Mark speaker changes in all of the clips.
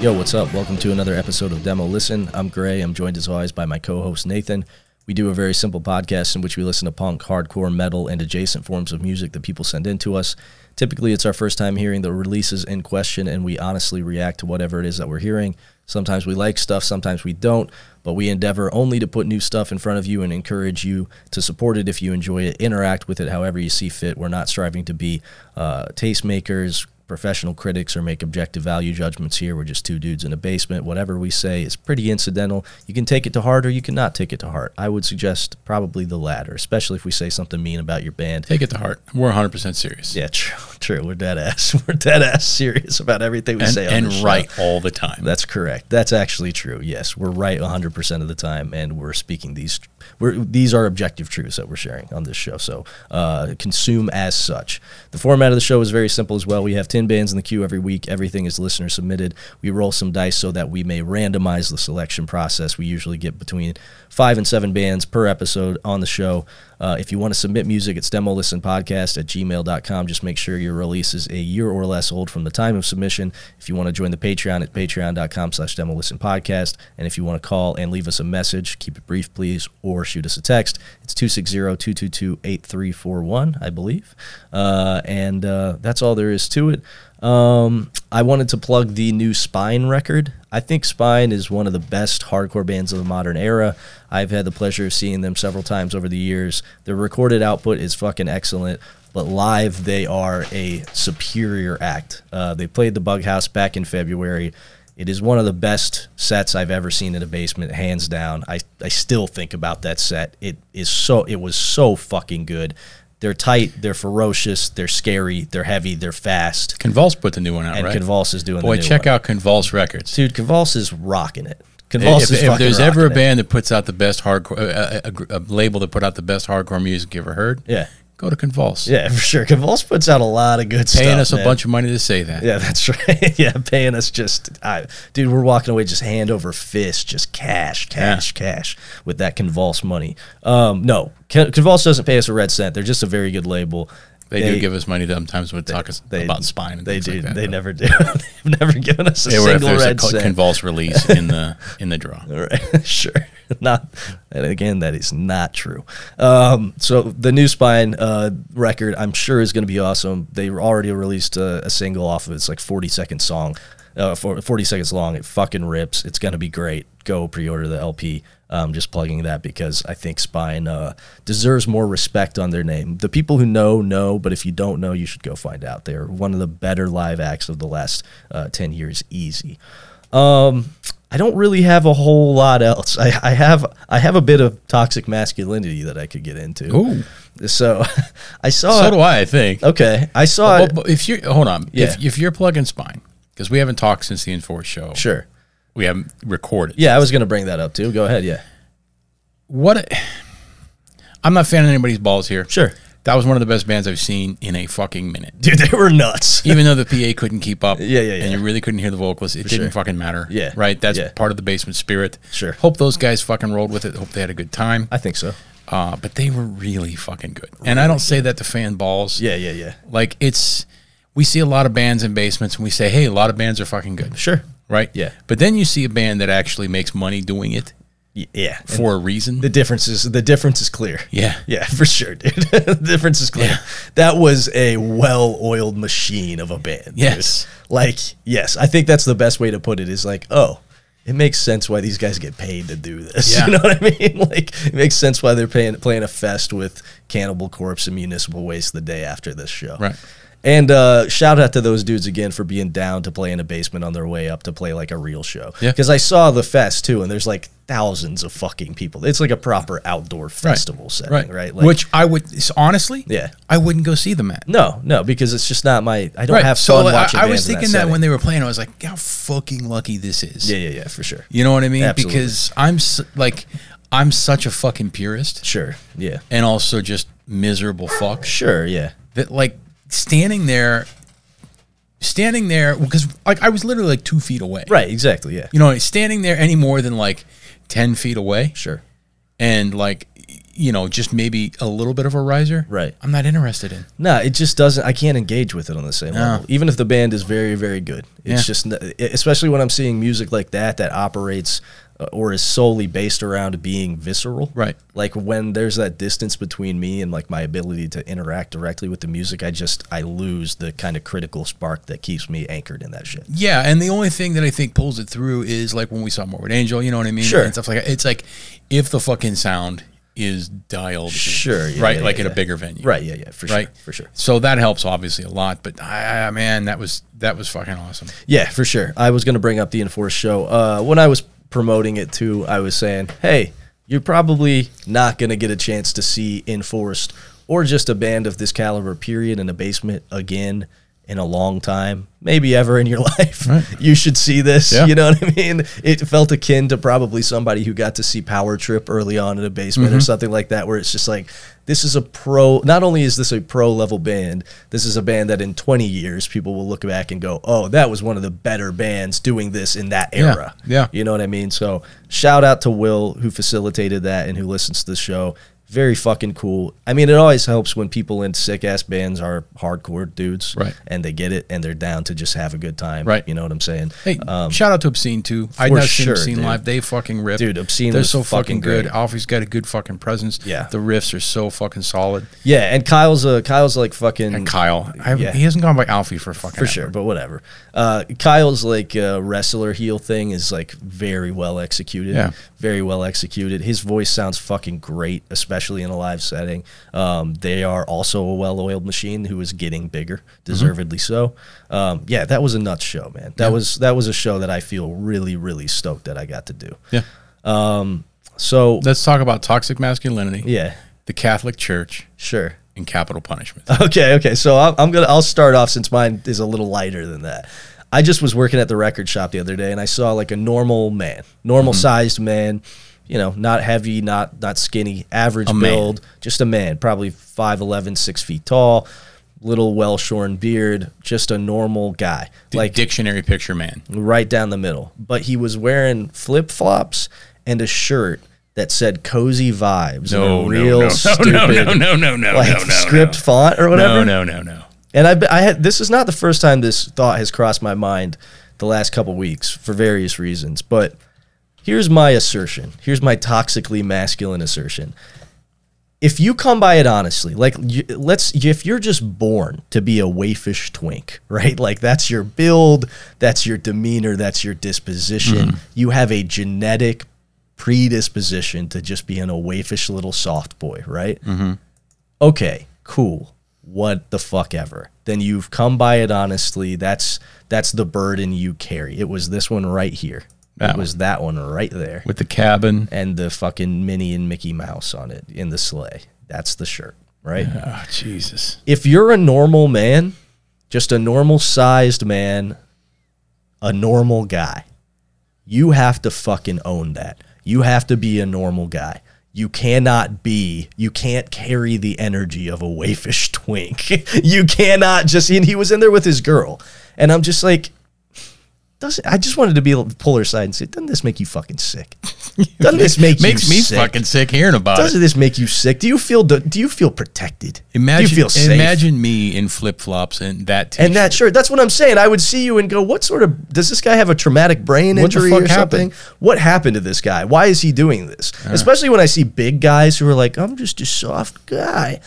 Speaker 1: Yo, what's up? Welcome to another episode of Demo Listen. I'm Gray. I'm joined as always by my co host Nathan. We do a very simple podcast in which we listen to punk, hardcore, metal, and adjacent forms of music that people send in to us. Typically, it's our first time hearing the releases in question, and we honestly react to whatever it is that we're hearing. Sometimes we like stuff, sometimes we don't, but we endeavor only to put new stuff in front of you and encourage you to support it if you enjoy it, interact with it however you see fit. We're not striving to be uh, tastemakers, professional critics or make objective value judgments here. We're just two dudes in a basement. Whatever we say is pretty incidental. You can take it to heart or you cannot take it to heart. I would suggest probably the latter, especially if we say something mean about your band.
Speaker 2: Take it to heart. We're 100% serious.
Speaker 1: Yeah, true, true. We're dead ass. We're dead ass serious about everything we
Speaker 2: And,
Speaker 1: say. On
Speaker 2: and
Speaker 1: this show.
Speaker 2: right all the time.
Speaker 1: That's correct. That's actually true. Yes, we're right 100% of the time, and we're speaking these. We're, these are objective truths that we're sharing on this show. So uh, consume as such. The format of the show is very simple as well. We have 10 bands in the queue every week. Everything is listener submitted. We roll some dice so that we may randomize the selection process. We usually get between five and seven bands per episode on the show. Uh, if you want to submit music, it's demo listen podcast at gmail.com. Just make sure your release is a year or less old from the time of submission. If you want to join the Patreon, it's patreon.com slash demo listen podcast. And if you want to call and leave us a message, keep it brief, please, or shoot us a text. It's 260-222-8341, I believe. Uh, and uh, that's all there is to it. Um, I wanted to plug the new Spine record. I think Spine is one of the best hardcore bands of the modern era. I've had the pleasure of seeing them several times over the years. Their recorded output is fucking excellent, but live they are a superior act. Uh, they played the Bug House back in February. It is one of the best sets I've ever seen in a basement, hands down. I, I still think about that set. It is so it was so fucking good. They're tight, they're ferocious, they're scary, they're heavy, they're fast
Speaker 2: Convulse put the new one out,
Speaker 1: and
Speaker 2: right?
Speaker 1: Convulse is doing.
Speaker 2: Boy,
Speaker 1: the new
Speaker 2: check
Speaker 1: one.
Speaker 2: out Convulse Records.
Speaker 1: dude. Convulse is rocking it. Convulse
Speaker 2: If,
Speaker 1: is
Speaker 2: if
Speaker 1: fucking
Speaker 2: there's ever a
Speaker 1: rocking it.
Speaker 2: band that puts out the best hardcore, uh, a, a, a label that put out the best hardcore music you ever heard,
Speaker 1: yeah,
Speaker 2: go to Convulse.
Speaker 1: yeah, for sure. Convulse puts out a lot of good stuff.
Speaker 2: Paying us
Speaker 1: man.
Speaker 2: a bunch of money to say that.
Speaker 1: Yeah, that's right. yeah, paying us just, I, dude, we're walking away just hand over fist, just cash, cash, cash with that convulse money. Um, no, Con- convulse doesn't pay us a red cent. They're just a very good label.
Speaker 2: They, do give us money sometimes when they talk us
Speaker 1: they-
Speaker 2: about spine and
Speaker 1: They
Speaker 2: things
Speaker 1: do.
Speaker 2: like that.
Speaker 1: they never do. They've never given us a
Speaker 2: They were if
Speaker 1: single
Speaker 2: there's a
Speaker 1: red
Speaker 2: co-
Speaker 1: cent.
Speaker 2: convulse release in the in the draw.
Speaker 1: All right, sure. Not, and again, that is not true. Um, so the new Spine uh, record, I'm sure, is going to be awesome. They already released a, a single off of it. It's like 40 second song, uh, for, 40 seconds long. It fucking rips. It's going to be great. Go pre-order the LP. Um, just plugging that because I think Spine uh, deserves more respect on their name. The people who know know, but if you don't know, you should go find out. They're one of the better live acts of the last uh, 10 years, easy. Um, I don't really have a whole lot else. I, I have I have a bit of toxic masculinity that I could get into.
Speaker 2: Ooh.
Speaker 1: So I saw.
Speaker 2: So do I, I think.
Speaker 1: okay, I saw.
Speaker 2: Well,
Speaker 1: it-
Speaker 2: but if you hold on,
Speaker 1: Yeah.
Speaker 2: if, if you're plugging spine, because we haven't talked since the Enforce show,
Speaker 1: sure.
Speaker 2: we haven't recorded.
Speaker 1: Yeah, I was gonna bring that up too. Go ahead. Yeah.
Speaker 2: What? A, I'm not fanning anybody's balls here.
Speaker 1: Sure.
Speaker 2: That was one of the best bands I've seen in a fucking minute.
Speaker 1: Dude, they were nuts.
Speaker 2: Even though the PA couldn't keep up,
Speaker 1: Yeah, yeah, yeah.
Speaker 2: and you really couldn't hear the vocalist, it didn't
Speaker 1: sure.
Speaker 2: fucking matter.
Speaker 1: Yeah,
Speaker 2: right. That's
Speaker 1: yeah.
Speaker 2: part of the basement spirit.
Speaker 1: Sure.
Speaker 2: Hope those guys fucking rolled with it. Hope they had a good time.
Speaker 1: I think so.
Speaker 2: Uh, but they were really fucking good. and I don't say that to fan balls.
Speaker 1: Yeah, yeah, yeah.
Speaker 2: Like it's, we see a lot of bands in basements, and we say, hey, a lot of bands are fucking good.
Speaker 1: Sure.
Speaker 2: right?
Speaker 1: Yeah.
Speaker 2: But then you see a band that actually makes money doing it
Speaker 1: Y- Yeah. And
Speaker 2: for a reason.
Speaker 1: the difference is the difference is clear.
Speaker 2: yeah.
Speaker 1: Yeah, for sure, dude. the difference is clear.
Speaker 2: Yeah.
Speaker 1: That was a well-oiled machine of a band. dude.
Speaker 2: Yes.
Speaker 1: Like, yes, I think that's the best way to put it is like, oh, it makes sense why these guys get paid to do this.
Speaker 2: Yeah.
Speaker 1: You know what I mean? Like, it makes sense why they're paying, playing a fest with Cannibal Corpse and Municipal Waste the day after this show.
Speaker 2: Right.
Speaker 1: And uh, shout out to those dudes again for being down to play in a basement on their way up to play like a real show.
Speaker 2: Yeah.
Speaker 1: Because I saw the fest too, and there's like thousands of fucking people. It's like a proper outdoor festival setting, right?
Speaker 2: Right. Which I would s- honestly,
Speaker 1: Yeah.
Speaker 2: I wouldn't go see them at.
Speaker 1: no, no, because it's just not my. I don't have
Speaker 2: So
Speaker 1: fun
Speaker 2: I,
Speaker 1: watching.
Speaker 2: I
Speaker 1: bands
Speaker 2: was
Speaker 1: in
Speaker 2: thinking that,
Speaker 1: setting.
Speaker 2: when they were playing, I was like, how fucking lucky this is.
Speaker 1: Yeah, yeah, yeah, for sure.
Speaker 2: You know what I mean?
Speaker 1: Absolutely.
Speaker 2: Because I'm s- like, I'm such a fucking purist
Speaker 1: Sure. Yeah.
Speaker 2: and also just miserable fuck
Speaker 1: Sure. Yeah.
Speaker 2: that like standing there, standing there because like I was literally like two feet away.
Speaker 1: Right. Exactly. Yeah.
Speaker 2: You know, standing there any more than like ten feet away.
Speaker 1: Sure.
Speaker 2: and like y- you know, just maybe a little bit of a riser,
Speaker 1: Right.
Speaker 2: I'm not interested in.
Speaker 1: No, it just doesn't. I can't engage with it on the same level. Even if the band is very, very good, it's
Speaker 2: Yeah.
Speaker 1: just n- e, especially when I'm seeing music like that that operates uh, or is solely based around being visceral.
Speaker 2: Right.
Speaker 1: Like when there's that distance between me and like my ability to interact directly with the music, I just I lose the kind of critical spark that keeps me anchored in that shit.
Speaker 2: Yeah, and the only thing that I think pulls it through is like when we saw Morbid Angel, you know what I mean?
Speaker 1: Sure.
Speaker 2: And stuff like that. It's like if the fucking sound is dialed, in,
Speaker 1: Sure, yeah,
Speaker 2: right,
Speaker 1: yeah,
Speaker 2: like
Speaker 1: yeah,
Speaker 2: in
Speaker 1: yeah.
Speaker 2: a bigger venue,
Speaker 1: Right. Yeah. Yeah. For
Speaker 2: right,
Speaker 1: sure. For sure.
Speaker 2: So that helps obviously a lot. But ah, man, that was that was fucking awesome.
Speaker 1: Yeah, for sure. I was going to bring up the Enforce show. Uh, when I was promoting it too, I was saying, hey, you're probably not going to get a chance to see Enforced or just a band of this caliber, period, in a basement again in a long time, maybe ever in your life. You should see this.
Speaker 2: Yeah.
Speaker 1: You know what I mean? It felt akin to probably somebody who got to see Power Trip early on in a basement
Speaker 2: Mm-hmm.
Speaker 1: or something like that, where it's just like, this is a pro. Not only is this a pro level band, this is a band that in 20 years people will look back and go, oh, that was one of the better bands doing this in that
Speaker 2: Yeah,
Speaker 1: era.
Speaker 2: yeah.
Speaker 1: You know what I mean? So shout out to Will who facilitated that and who listens to the show. Very fucking cool. I mean, it always helps when people in sick ass bands are hardcore dudes,
Speaker 2: Right.
Speaker 1: And they get it, and they're down to just have a good time,
Speaker 2: Right.
Speaker 1: You know what I'm saying? Um,
Speaker 2: Hey, shout out to Obscene too. I've
Speaker 1: for
Speaker 2: not seen
Speaker 1: sure,
Speaker 2: Obscene
Speaker 1: dude.
Speaker 2: live. They fucking rip,
Speaker 1: Dude, Obscene
Speaker 2: They're
Speaker 1: was
Speaker 2: so
Speaker 1: fucking
Speaker 2: fucking good.
Speaker 1: great.
Speaker 2: Alfie's got a good fucking presence.
Speaker 1: Yeah.
Speaker 2: the riffs are so fucking solid.
Speaker 1: Yeah, and Kyle's a Kyle's like fucking
Speaker 2: And Kyle, I haven't
Speaker 1: yeah.
Speaker 2: he hasn't gone by Alfie for fucking
Speaker 1: for sure, but whatever. Uh, Kyle's like uh, wrestler heel thing is like very well executed.
Speaker 2: Yeah.
Speaker 1: very well executed. His voice sounds fucking great, especially in a live setting. Um, they are also a well-oiled machine who is getting bigger,
Speaker 2: Mm-hmm.
Speaker 1: deservedly so. Um, yeah, that was a nuts show, man. That was that was a show that I feel really really stoked that I got to do.
Speaker 2: Yeah,
Speaker 1: So
Speaker 2: let's talk about toxic masculinity.
Speaker 1: yeah,
Speaker 2: the Catholic Church
Speaker 1: sure.
Speaker 2: and capital punishment.
Speaker 1: Okay, okay. So I'm, I'm gonna I'll start off since mine is a little lighter than that. I just was working at the record shop the other day and I saw like a normal man, normal
Speaker 2: Mm-hmm.
Speaker 1: sized man, you know, not heavy, not not skinny, average
Speaker 2: man.
Speaker 1: build, just a man, probably 5'11", 6 feet tall, little well shorn beard, just a normal guy,
Speaker 2: like
Speaker 1: like
Speaker 2: dictionary picture man.
Speaker 1: right down the middle. But he was wearing flip flops and a shirt that said "Cozy Vibes"
Speaker 2: No,
Speaker 1: in a
Speaker 2: Oh, no,
Speaker 1: real
Speaker 2: no,
Speaker 1: stupid
Speaker 2: no, no, no, no, no, no,
Speaker 1: like
Speaker 2: no, no,
Speaker 1: script
Speaker 2: no.
Speaker 1: font or whatever.
Speaker 2: No, no, no, no.
Speaker 1: And I, I had this is not the first time this thought has crossed my mind the last couple weeks for various reasons. But here's my assertion. Here's my toxically masculine assertion. If you come by it honestly, like you, let's if you're just born to be a waifish twink, right? Like that's your build, that's your demeanor, that's your disposition. You have a genetic predisposition to just being a waifish little soft boy, right? okay, cool. What the fuck ever. Then you've come by it honestly. That's that's the burden you carry. It was this one right here.
Speaker 2: That
Speaker 1: it was that one right there.
Speaker 2: With the cabin.
Speaker 1: And the fucking Minnie and Mickey Mouse on it in the sleigh. That's the shirt, right?
Speaker 2: Oh, Jesus.
Speaker 1: If you're a normal man, just a normal sized man, a normal guy, you have to fucking own that. You have to be a normal guy. You cannot be, you can't carry the energy of a waifish twink. you cannot just, and he was in there with his girl. And I'm just like, doesn't, I just wanted to be able to pull her aside and say, doesn't this make you fucking sick? Doesn't this make
Speaker 2: Makes
Speaker 1: you
Speaker 2: me
Speaker 1: sick?
Speaker 2: fucking sick hearing about it.
Speaker 1: Doesn't this make you sick? Do you feel do you feel protected?
Speaker 2: Imagine,
Speaker 1: do you feel safe?
Speaker 2: imagine me in flip flops and that. T-
Speaker 1: and that shirt. That's what I'm saying. I would see you and go, "What sort of does this guy have a traumatic brain
Speaker 2: What the
Speaker 1: injury
Speaker 2: fuck
Speaker 1: or something?
Speaker 2: happened?
Speaker 1: What happened to this guy? Why is he doing this?" Especially when I see big guys who are like, "I'm just a soft guy."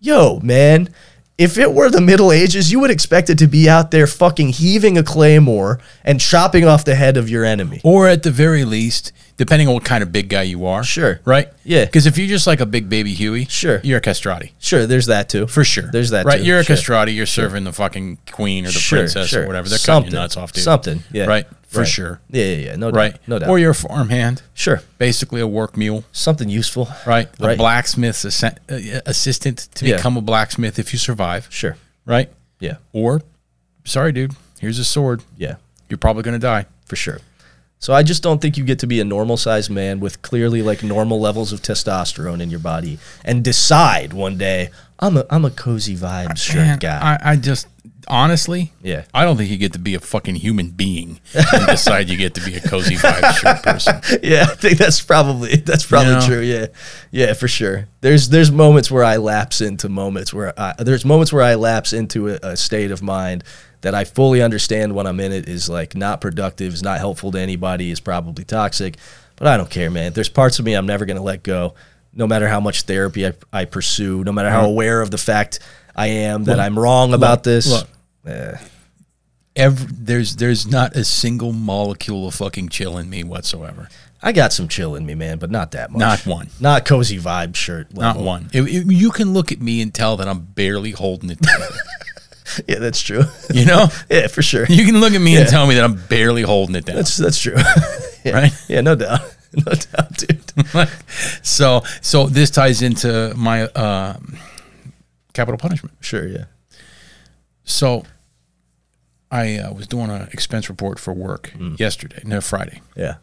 Speaker 1: Yo, man, if it were the Middle Ages, you would expect it to be out there fucking heaving a claymore and chopping off the head of your enemy.
Speaker 2: or at the very least, depending on what kind of big guy you are.
Speaker 1: Sure.
Speaker 2: Right?
Speaker 1: Yeah.
Speaker 2: Because if you're just like a big baby Huey,
Speaker 1: Sure.
Speaker 2: you're a castrati.
Speaker 1: Sure, there's that too.
Speaker 2: For sure.
Speaker 1: There's that
Speaker 2: Right?
Speaker 1: too.
Speaker 2: You're a
Speaker 1: Sure.
Speaker 2: castrati. You're serving the fucking queen or the princess or whatever. They're cutting your nuts off, dude.
Speaker 1: Something, yeah,
Speaker 2: Right? For
Speaker 1: Right.
Speaker 2: sure.
Speaker 1: yeah, yeah, yeah, no doubt,
Speaker 2: Right?
Speaker 1: no doubt.
Speaker 2: Or you're a farmhand,
Speaker 1: sure,
Speaker 2: basically a work mule.
Speaker 1: something useful,
Speaker 2: right? A
Speaker 1: Right,
Speaker 2: blacksmith's assen- uh, assistant to
Speaker 1: Yeah.
Speaker 2: become a blacksmith if you survive,
Speaker 1: sure,
Speaker 2: right?
Speaker 1: yeah,
Speaker 2: Or, sorry, dude, here's a sword.
Speaker 1: yeah,
Speaker 2: You're probably going to die.
Speaker 1: for sure. So I just don't think you get to be a normal sized man with clearly like normal levels of testosterone in your body and decide one day I'm a I'm a cozy vibes
Speaker 2: Man,
Speaker 1: shirt guy.
Speaker 2: I, I just honestly,
Speaker 1: Yeah.
Speaker 2: I don't think you get to be a fucking human being and decide you get to be a cozy vibe shirt person.
Speaker 1: yeah, I think that's probably that's probably
Speaker 2: You know?
Speaker 1: true. Yeah, yeah, for sure. There's there's moments where I lapse into moments where I, there's moments where I lapse into a, a state of mind that I fully understand when I'm in it is like not productive, is not helpful to anybody, is probably toxic. But I don't care, man. There's parts of me I'm never gonna let go, no matter how much therapy I, I pursue, no matter how aware of the fact I am that I'm wrong about this.
Speaker 2: look.
Speaker 1: Eh,
Speaker 2: Every, there's there's not a single molecule of fucking chill in me whatsoever.
Speaker 1: I got some chill in me, man, but not that much.
Speaker 2: Not one.
Speaker 1: Not cozy vibe shirt.
Speaker 2: Not
Speaker 1: level.
Speaker 2: one. It- it- you can look at me and tell that I'm barely holding it together.
Speaker 1: Yeah, that's true.
Speaker 2: you know,
Speaker 1: Yeah, for sure.
Speaker 2: you can look at me and
Speaker 1: Yeah.
Speaker 2: tell me that I'm barely holding it down.
Speaker 1: That's that's true. yeah.
Speaker 2: Right?
Speaker 1: Yeah, no doubt. No doubt, dude.
Speaker 2: so so this ties into my uh, capital punishment.
Speaker 1: sure, yeah.
Speaker 2: So I uh, was doing an expense report for work yesterday, no Friday.
Speaker 1: Yeah.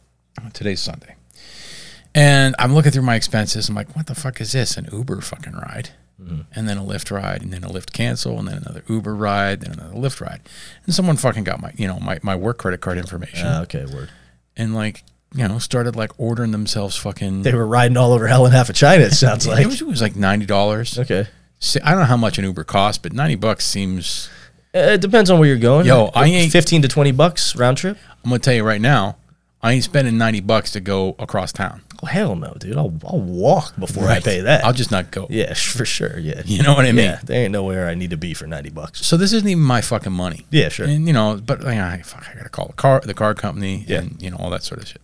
Speaker 2: Today's Sunday. And I'm looking through my expenses. I'm like, what the fuck is this? An Uber fucking ride. And then a Lyft ride, and then a Lyft cancel, and then another Uber ride, then another Lyft ride. And someone fucking got my, you know, my, my work credit card information
Speaker 1: Ah, okay, word.
Speaker 2: and like, you know, started like ordering themselves fucking.
Speaker 1: They were riding all over hell and half of China, it sounds
Speaker 2: it,
Speaker 1: like.
Speaker 2: was, it was like ninety dollars.
Speaker 1: Okay.
Speaker 2: I don't know how much an Uber costs, but ninety bucks seems.
Speaker 1: Uh, It depends on where you're going.
Speaker 2: Yo, I ain't-
Speaker 1: fifteen to twenty bucks round trip.
Speaker 2: I'm gonna tell you right now, I ain't spending ninety bucks to go across town.
Speaker 1: Oh hell no, dude. I'll I'll walk before I pay that.
Speaker 2: I'll just not go.
Speaker 1: yeah, sh- for sure. Yeah.
Speaker 2: You know what I mean?
Speaker 1: Yeah. There ain't nowhere I need to be for ninety bucks.
Speaker 2: So this isn't even my fucking money.
Speaker 1: Yeah, sure.
Speaker 2: And you know, but like, I fuck, I gotta call the car, the car company,
Speaker 1: Yeah.
Speaker 2: and you know all that sort of shit.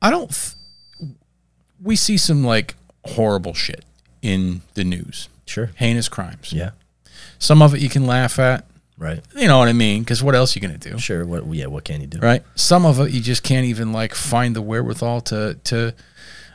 Speaker 2: I don't. F- we see some like horrible shit in the news,
Speaker 1: Sure.
Speaker 2: heinous crimes.
Speaker 1: Yeah.
Speaker 2: Some of it you can laugh at.
Speaker 1: Right.
Speaker 2: You know what I mean? Because what else you gonna do?
Speaker 1: Sure. What yeah, what can you do?
Speaker 2: right? Some of it you just can't even like find the wherewithal to to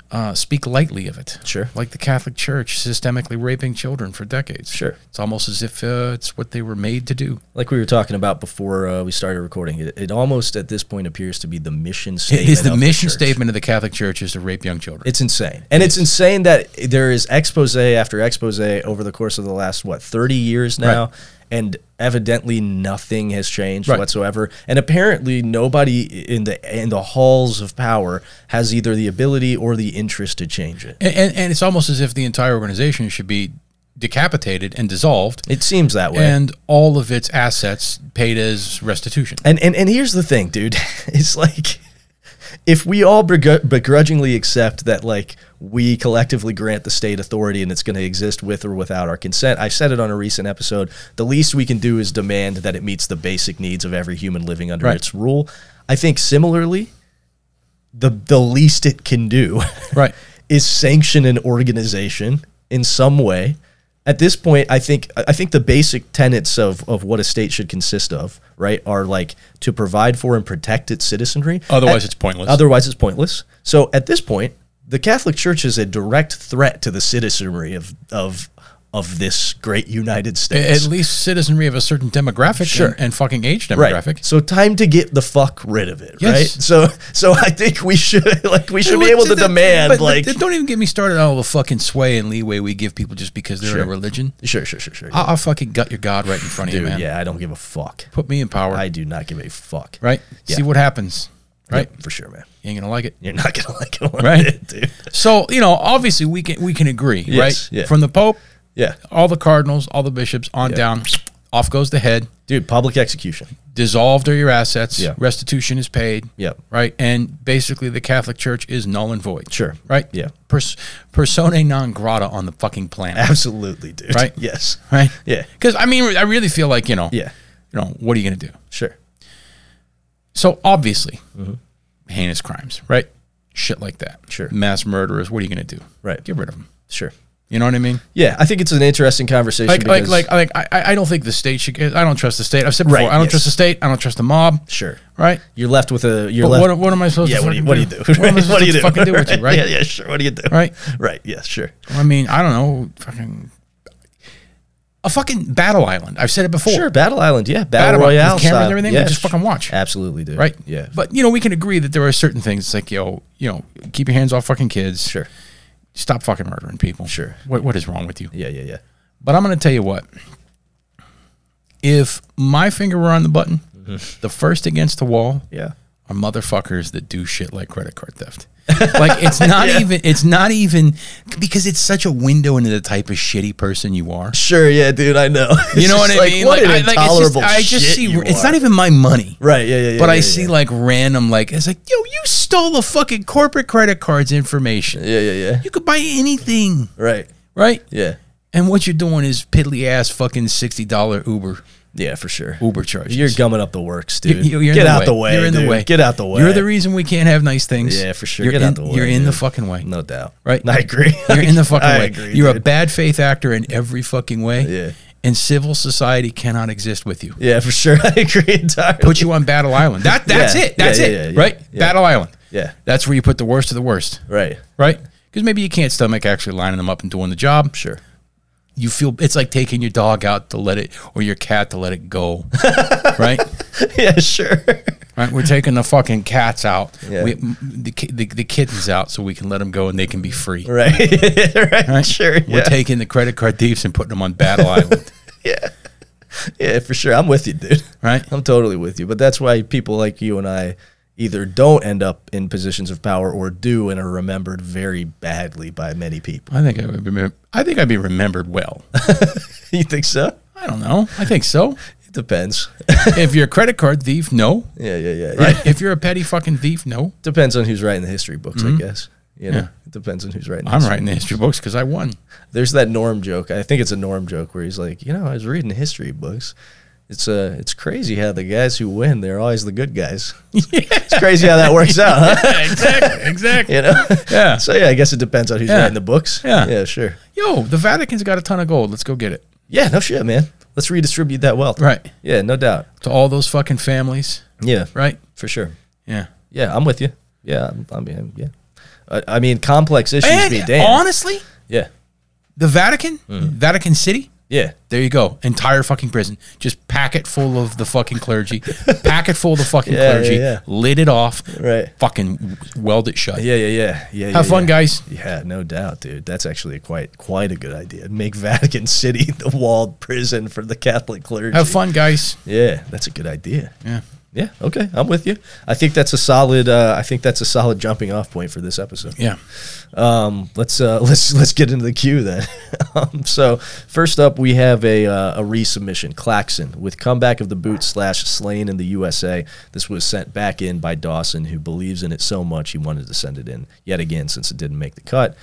Speaker 2: uh, speak lightly of it.
Speaker 1: Sure.
Speaker 2: like the Catholic Church systemically raping children for decades.
Speaker 1: Sure.
Speaker 2: it's almost as if uh, it's what they were made to do.
Speaker 1: Like we were talking about before uh, we started recording, it, it almost at this point appears to be the mission statement.
Speaker 2: It is the
Speaker 1: of
Speaker 2: mission
Speaker 1: church.
Speaker 2: statement of the Catholic Church is to rape young children.
Speaker 1: It's insane. And it's insane that there is expose after expose over the course of the last, what, 30 years now. And evidently nothing has changed
Speaker 2: Right.
Speaker 1: whatsoever. And apparently nobody in the in the halls of power has either the ability or the interest to change it.
Speaker 2: and, and, and it's almost as if the entire organization should be decapitated and dissolved,
Speaker 1: It seems that way.
Speaker 2: and all of its assets paid as restitution.
Speaker 1: And and and here's the thing, dude. It's like if we all begru- begrudgingly accept that like we collectively grant the state authority and it's going to exist with or without our consent. I said it on a recent episode. The least we can do is demand that it meets the basic needs of every human living under
Speaker 2: Right.
Speaker 1: its rule. I think similarly, the the least it can do
Speaker 2: Right.
Speaker 1: is sanction an organization in some way. At this point, I think I think the basic tenets of, of what a state should consist of, right, are like to provide for and protect its citizenry.
Speaker 2: Otherwise,
Speaker 1: At-
Speaker 2: it's pointless.
Speaker 1: Otherwise, it's pointless. So at this point, the Catholic Church is a direct threat to the citizenry of of of this great United States.
Speaker 2: at least citizenry of a certain demographic
Speaker 1: Sure.
Speaker 2: and, and fucking age
Speaker 1: right.
Speaker 2: demographic.
Speaker 1: So time to get the fuck rid of it,
Speaker 2: Yes.
Speaker 1: right? So so I think we should like we should be able to
Speaker 2: But- but-
Speaker 1: demand
Speaker 2: but- but
Speaker 1: like
Speaker 2: don't even get me started on all the fucking sway and leeway we give people just because they're in
Speaker 1: Sure.
Speaker 2: a religion.
Speaker 1: sure sure sure sure.
Speaker 2: I'll, I'll fucking gut your god right in front of
Speaker 1: Dude,
Speaker 2: you, Ah, man.
Speaker 1: yeah, I don't give a fuck.
Speaker 2: Put me in power,
Speaker 1: I do not give a fuck.
Speaker 2: right?
Speaker 1: Yeah.
Speaker 2: See what happens, right?
Speaker 1: Yep, for sure, man.
Speaker 2: You ain't gonna like it.
Speaker 1: You're not gonna like it, one
Speaker 2: Right.
Speaker 1: bit, dude.
Speaker 2: So you know, obviously we can we can agree, right?
Speaker 1: yeah.
Speaker 2: From the Pope,
Speaker 1: Yeah,
Speaker 2: all the cardinals, all the bishops, on down, off goes the head.
Speaker 1: dude. Public execution.
Speaker 2: Dissolved are your assets.
Speaker 1: Yeah.
Speaker 2: Restitution is paid.
Speaker 1: Yep.
Speaker 2: Right, and basically the Catholic Church is null and void.
Speaker 1: Sure.
Speaker 2: Right.
Speaker 1: Yeah.
Speaker 2: Pers- personae non grata on the fucking planet.
Speaker 1: Absolutely, dude.
Speaker 2: Right.
Speaker 1: Yes.
Speaker 2: right?
Speaker 1: Yeah.
Speaker 2: Because I mean, I really feel like you know,
Speaker 1: Yeah.
Speaker 2: you know, what are you going to do?
Speaker 1: Sure.
Speaker 2: So obviously, heinous crimes, right? Shit like that,
Speaker 1: Mm-hmm. Sure.
Speaker 2: Mass murderers, what are you going to do?
Speaker 1: Right.
Speaker 2: Get rid of them.
Speaker 1: Sure.
Speaker 2: You know what I mean?
Speaker 1: Yeah, I think it's an interesting conversation.
Speaker 2: Like, like,
Speaker 1: because,
Speaker 2: like, like, I, I I don't think the state should. get- I don't trust the state. I've said before.
Speaker 1: Right,
Speaker 2: I don't
Speaker 1: yes.
Speaker 2: trust the state. I don't trust the mob.
Speaker 1: sure.
Speaker 2: Right.
Speaker 1: You're left with a. You're
Speaker 2: But
Speaker 1: left.
Speaker 2: what, what am I supposed
Speaker 1: yeah.
Speaker 2: to?
Speaker 1: What do you
Speaker 2: fucking
Speaker 1: What do you do?
Speaker 2: What am I
Speaker 1: Right,
Speaker 2: supposed to fucking do with you? Right.
Speaker 1: Yeah. Yeah. Sure. What do you do?
Speaker 2: Right.
Speaker 1: Right. Yes. Sure.
Speaker 2: I mean, I don't know. Fucking. a fucking battle island. I've said it before.
Speaker 1: Sure, Battle Island, yeah, Battle,
Speaker 2: Battle Royale
Speaker 1: Royale,
Speaker 2: with camera and
Speaker 1: style.
Speaker 2: everything,
Speaker 1: yeah,
Speaker 2: just fucking watch.
Speaker 1: Absolutely, dude.
Speaker 2: Right.
Speaker 1: Yeah.
Speaker 2: But you know, we can agree that there are certain things. It's like, yo, you know, keep your hands off fucking kids.
Speaker 1: Sure.
Speaker 2: Stop fucking murdering people.
Speaker 1: Sure.
Speaker 2: What what is wrong with you?
Speaker 1: Yeah, yeah, yeah.
Speaker 2: But I'm going to tell you what. If my finger were on the button, the first against the wall
Speaker 1: Yeah.
Speaker 2: are motherfuckers that do shit like credit card theft. like it's not even it's not even because it's such a window into the type of shitty person you are.
Speaker 1: Sure, yeah, dude, I know.
Speaker 2: You know
Speaker 1: It's
Speaker 2: what
Speaker 1: just
Speaker 2: I
Speaker 1: like,
Speaker 2: mean?
Speaker 1: What
Speaker 2: Like,
Speaker 1: an
Speaker 2: I, like, it's just-
Speaker 1: intolerable
Speaker 2: I just
Speaker 1: shit
Speaker 2: see
Speaker 1: you
Speaker 2: it's
Speaker 1: are.
Speaker 2: not even my money.
Speaker 1: Right, yeah, yeah, yeah.
Speaker 2: But I
Speaker 1: yeah,
Speaker 2: see
Speaker 1: yeah.
Speaker 2: like random like it's like, yo, you stole the fucking corporate credit cards information.
Speaker 1: Yeah, yeah, yeah.
Speaker 2: You could buy anything,
Speaker 1: Right.
Speaker 2: right?
Speaker 1: Yeah.
Speaker 2: And what you're doing is piddly ass fucking sixty dollar Uber
Speaker 1: Yeah, for sure.
Speaker 2: Uber charges.
Speaker 1: You're gumming up the works, dude.
Speaker 2: You- you're in
Speaker 1: Get out the way.
Speaker 2: You're in
Speaker 1: dude.
Speaker 2: the way.
Speaker 1: Get out the way.
Speaker 2: You're the reason we can't have nice things.
Speaker 1: Yeah, for sure.
Speaker 2: You're
Speaker 1: Get
Speaker 2: in,
Speaker 1: out the way,
Speaker 2: You're in the
Speaker 1: dude.
Speaker 2: fucking way.
Speaker 1: No doubt.
Speaker 2: Right?
Speaker 1: I agree.
Speaker 2: You're in the fucking
Speaker 1: I
Speaker 2: way.
Speaker 1: agree,
Speaker 2: you're a
Speaker 1: dude.
Speaker 2: bad faith actor in every fucking way.
Speaker 1: Yeah.
Speaker 2: And civil society cannot exist with you.
Speaker 1: Yeah, for sure. I agree entirely.
Speaker 2: Put you on Battle Island. That that's
Speaker 1: Yeah,
Speaker 2: it. That's
Speaker 1: yeah,
Speaker 2: it.
Speaker 1: yeah, yeah,
Speaker 2: right?
Speaker 1: yeah.
Speaker 2: Battle Island.
Speaker 1: yeah.
Speaker 2: That's where you put the worst of the worst.
Speaker 1: Right.
Speaker 2: Right? Because maybe you can't stomach actually lining them up and doing the job.
Speaker 1: Sure.
Speaker 2: You feel it's like taking your dog out to let it or your cat to let it go. right?
Speaker 1: yeah, sure.
Speaker 2: Right, we're taking the fucking cats out,
Speaker 1: Yeah.
Speaker 2: we, m- the, ki- the the kittens out, so we can let them go and they can be free.
Speaker 1: Right. right.
Speaker 2: Right?
Speaker 1: Sure.
Speaker 2: We're
Speaker 1: Yeah.
Speaker 2: taking the credit card thieves and putting them on Battle Island.
Speaker 1: yeah. Yeah, for sure. I'm with you, dude.
Speaker 2: Right?
Speaker 1: I'm totally with you. But that's why people like you and I either don't end up in positions of power or do and are remembered very badly by many people.
Speaker 2: I think I would be. remem- I think I'd be remembered well.
Speaker 1: You think so?
Speaker 2: I don't know. I think so.
Speaker 1: It depends.
Speaker 2: if you're a credit card thief, no.
Speaker 1: yeah, yeah, yeah.
Speaker 2: Right?
Speaker 1: yeah.
Speaker 2: if you're a petty fucking thief, no.
Speaker 1: Depends on who's writing the history books, I guess. You know,
Speaker 2: Mm-hmm. Yeah.
Speaker 1: it depends on who's writing.
Speaker 2: I'm
Speaker 1: history.
Speaker 2: writing the history books because I won.
Speaker 1: There's that Norm joke. I think it's a Norm joke where he's like, you know, I was reading history books. It's uh, it's crazy how the guys who win they're always the good guys. It's crazy how that works out, huh?
Speaker 2: exactly. Exactly.
Speaker 1: You know.
Speaker 2: Yeah.
Speaker 1: So yeah, I guess it depends on who's
Speaker 2: Yeah.
Speaker 1: writing the books.
Speaker 2: Yeah.
Speaker 1: Yeah, sure.
Speaker 2: Yo, the Vatican's got a ton of gold. Let's go get it.
Speaker 1: Yeah, no shit, man. Let's redistribute that wealth.
Speaker 2: Right.
Speaker 1: Yeah, no doubt.
Speaker 2: To all those fucking families.
Speaker 1: Yeah,
Speaker 2: Right.
Speaker 1: for sure.
Speaker 2: Yeah.
Speaker 1: Yeah, I'm with you. Yeah, I'm, I mean, yeah. I, I mean, complex issues be
Speaker 2: And
Speaker 1: damned.
Speaker 2: honestly,
Speaker 1: yeah,
Speaker 2: the Vatican, Vatican City.
Speaker 1: yeah.
Speaker 2: There you go. Entire fucking prison. Just pack it full of the fucking clergy. pack it full of the fucking
Speaker 1: Yeah, yeah,
Speaker 2: clergy.
Speaker 1: yeah.
Speaker 2: Lid it off.
Speaker 1: Right.
Speaker 2: Fucking weld it shut.
Speaker 1: Yeah, yeah, yeah, yeah.
Speaker 2: Have
Speaker 1: yeah,
Speaker 2: fun,
Speaker 1: yeah.
Speaker 2: guys.
Speaker 1: Yeah, no doubt, dude. That's actually quite quite a good idea. Make Vatican City the walled prison for the Catholic clergy.
Speaker 2: Have fun, guys.
Speaker 1: Yeah, that's a good idea.
Speaker 2: Yeah.
Speaker 1: Yeah, okay, I'm with you. I think that's a solid. Uh, I think that's a solid jumping off point for this episode.
Speaker 2: Yeah.
Speaker 1: Um, let's uh, let's let's get into the queue then. um, so first up, we have a uh, a resubmission, Claxon with comeback of the boot slash slain in the USA. This was sent back in by Dawson, who believes in it so much he wanted to send it in yet again since it didn't make the cut.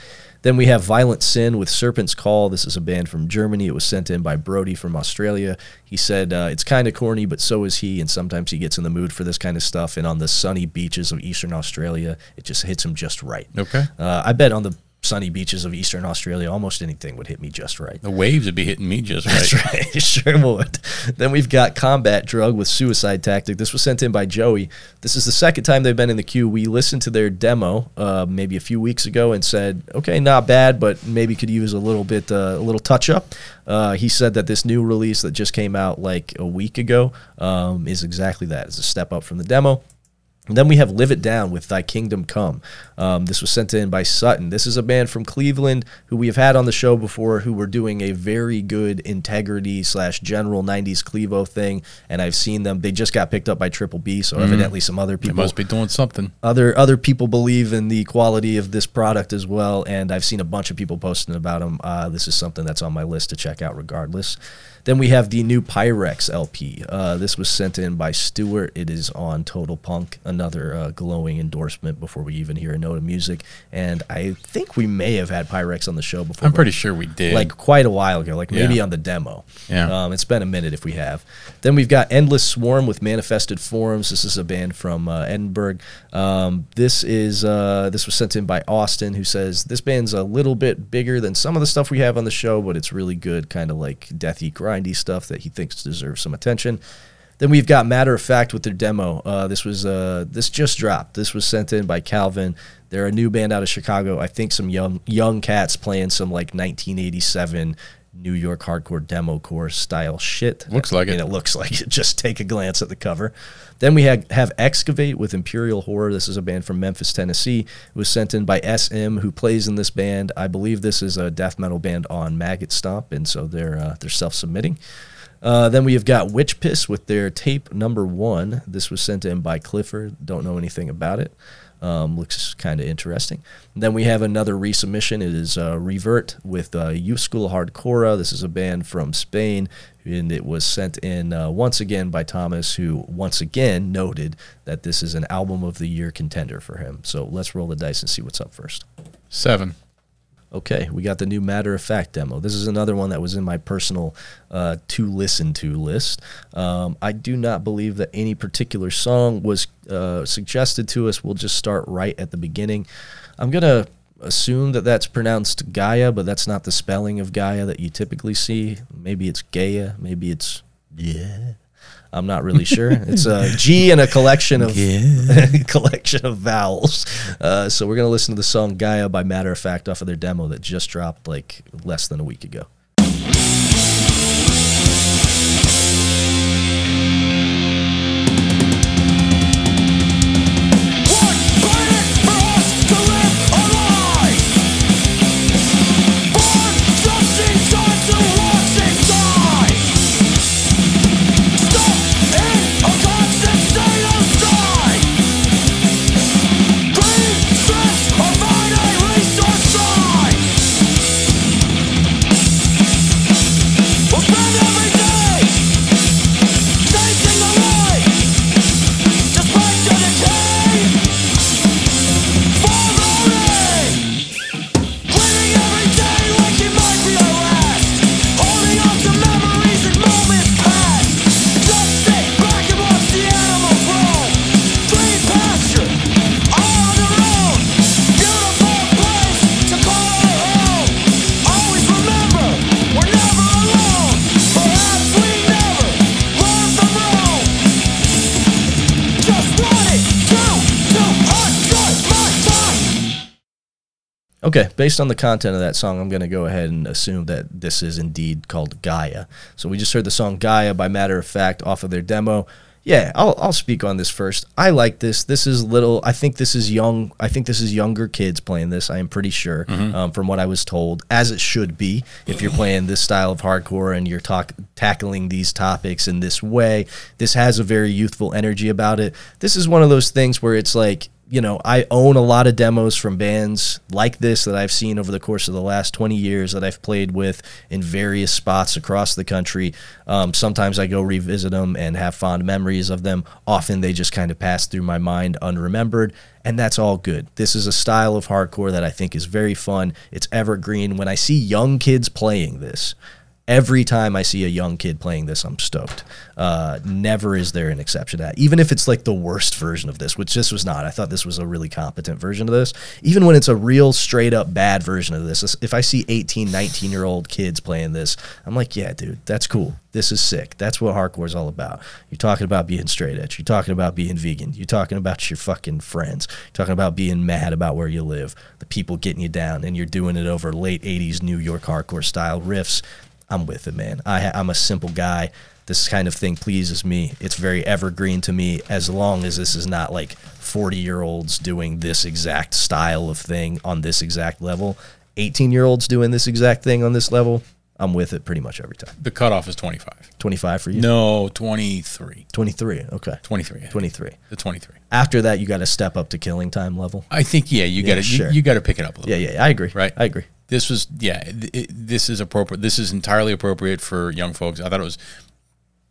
Speaker 1: Then we have Violent Sin with Serpent's Call. This is a band from Germany. It was sent in by Brody from Australia. He said, uh, It's kind of corny, but so is he. And sometimes he gets in the mood for this kind of stuff. And on the sunny beaches of Eastern Australia, it just hits him just right.
Speaker 2: Okay.
Speaker 1: Uh, I bet on the sunny beaches of Eastern Australia, almost anything would hit me just right.
Speaker 2: The waves would be hitting me just right.
Speaker 1: That's right. sure would. Then we've got Combat Drug with Suicide Tactic. This was sent in by Joey. This is the second time they've been in the queue. We listened to their demo uh, maybe a few weeks ago and said, okay, not bad, but maybe could use a little bit, uh, a little touch up. Uh, he said that this new release that just came out like a week ago um, is exactly that. It's a step up from the demo. And then we have Live It Down with Thy Kingdom Come. Um, this was sent in by Sutton. This is a band from Cleveland who we have had on the show before who were doing a very good integrity slash general 90s Clevo thing. And I've seen them. They just got picked up by Triple B, so evidently some other
Speaker 2: Mm-hmm. They
Speaker 1: people
Speaker 2: must be doing something.
Speaker 1: other other people believe in the quality of this product as well, and I've seen a bunch of people posting about them. Uh, this is something that's on my list to check out, regardless. Then we have the new Pyrex LP. Uh, this was sent in by Stewart. It is on Total Punk, another uh, glowing endorsement before we even hear a note of music. And I think we may have had Pyrex on the show before.
Speaker 2: I'm
Speaker 1: but
Speaker 2: pretty sure we did.
Speaker 1: like quite a while ago, like maybe
Speaker 2: Yeah.
Speaker 1: on the demo.
Speaker 2: Yeah.
Speaker 1: Um, it's been a minute if we have. Then we've got Endless Swarm with Manifested Forms. This is a band from uh, Edinburgh. Um, this is uh, this was sent in by Austin, who says this band's a little bit bigger than some of the stuff we have on the show, but it's really good, kind of like deathy, grindy stuff that he thinks deserves some attention. Then we've got Matter of Fact with their demo. Uh, this was uh, this just dropped. This was sent in by Calvin. They're a new band out of Chicago. I think some young young cats playing some like 1987 New York hardcore demo core style shit.
Speaker 2: Looks like
Speaker 1: I mean,
Speaker 2: it.
Speaker 1: it looks like it. Just take a glance at the cover. Then we had have Excavate with Imperial Horror. This is a band from Memphis, Tennessee. It was sent in by SM, who plays in this band. I believe this is a death metal band on Maggot Stomp, and so they're uh, they're self submitting. Uh, then we have got Witch Piss with their tape number one. This was sent in by Clifford. Don't know anything about it. Um, looks kind of interesting. Then we have another resubmission. It is uh, Revert with uh, Youth School Hardcora. This is a band from Spain, and it was sent in uh, once again by Thomas, who once again noted that this is an album of the year contender for him. So let's roll the dice and see what's up first.
Speaker 2: Seven.
Speaker 1: Okay, we got the new Matter of Fact demo. This is another one that was in my personal uh, to listen to list. Um, I do not believe that any particular song was uh, suggested to us. We'll just start right at the beginning. I'm going to assume that that's pronounced Gaia, but that's not the spelling of Gaia that you typically see. Maybe it's Gaia, maybe it's. Yeah. I'm not really sure. It's a G and a collection of collection of vowels. Uh, so we're gonna listen to the song Gaia by Matter of Fact off of their demo that just dropped like less than a week ago.
Speaker 3: Following! Living every day like it might be our last. Holding on to memories and moments past. Just sit back and watch the animal grow. Clean pasture, all on their own. Beautiful place to call our home. Always remember, we're never alone. Perhaps we never learn from wrong. Just wanted to, to enjoy my time.
Speaker 1: Okay, based on the content of that song, I'm gonna go ahead and assume that this is indeed called Gaia. So we just heard the song Gaia by Matter of Fact off of their demo. Yeah, I'll, I'll speak on this first. I like this. This is little. I think this is young. I think this is younger kids playing this. I am pretty sure, um, from what I was told, as it should be. If you're playing this style of hardcore and you're talk, tackling these topics in this way, this has a very youthful energy about it. This is one of those things where it's like you know, I own a lot of demos from bands like this that I've seen over the course of the last 20 years that I've played with in various spots across the country. Um, sometimes I go revisit them and have fond memories of them. Often they just kind of pass through my mind unremembered, and that's all good. This is a style of hardcore that I think is very fun. It's evergreen. When I see young kids playing this, Every time I see a young kid playing this, I'm stoked. Uh, never is there an exception to that. Even if it's like the worst version of this, which this was not. I thought this was a really competent version of this. Even when it's a real straight up bad version of this, this- if I see 18, 19 year old kids playing this, I'm like, yeah, dude, that's cool. This is sick. That's what hardcore is all about. You're talking about being straight edge. You're talking about being vegan. You're talking about your fucking friends. You're talking about being mad about where you live, the people getting you down, and you're doing it over late 80s New York hardcore style riffs. I'm with it, man. I, I'm a simple guy. This kind of thing pleases me. It's very evergreen to me as long as this is not like 40 year olds doing this exact style of thing on this exact level. 18 year olds doing this exact thing on this level. I'm with it pretty much every time.
Speaker 2: The cutoff is 25.
Speaker 1: 25 for you?
Speaker 2: No, 23.
Speaker 1: 23. Okay.
Speaker 2: 23. I think.
Speaker 1: 23.
Speaker 2: The 23.
Speaker 1: After that, you got to step up to killing time level.
Speaker 2: I think, yeah, you got to
Speaker 1: sure.
Speaker 2: you, got to pick it up a little
Speaker 1: Yeah, yeah, I agree.
Speaker 2: Right.
Speaker 1: I agree.
Speaker 2: this was yeah th- it, this is appropriate this is entirely appropriate for young folks i thought it was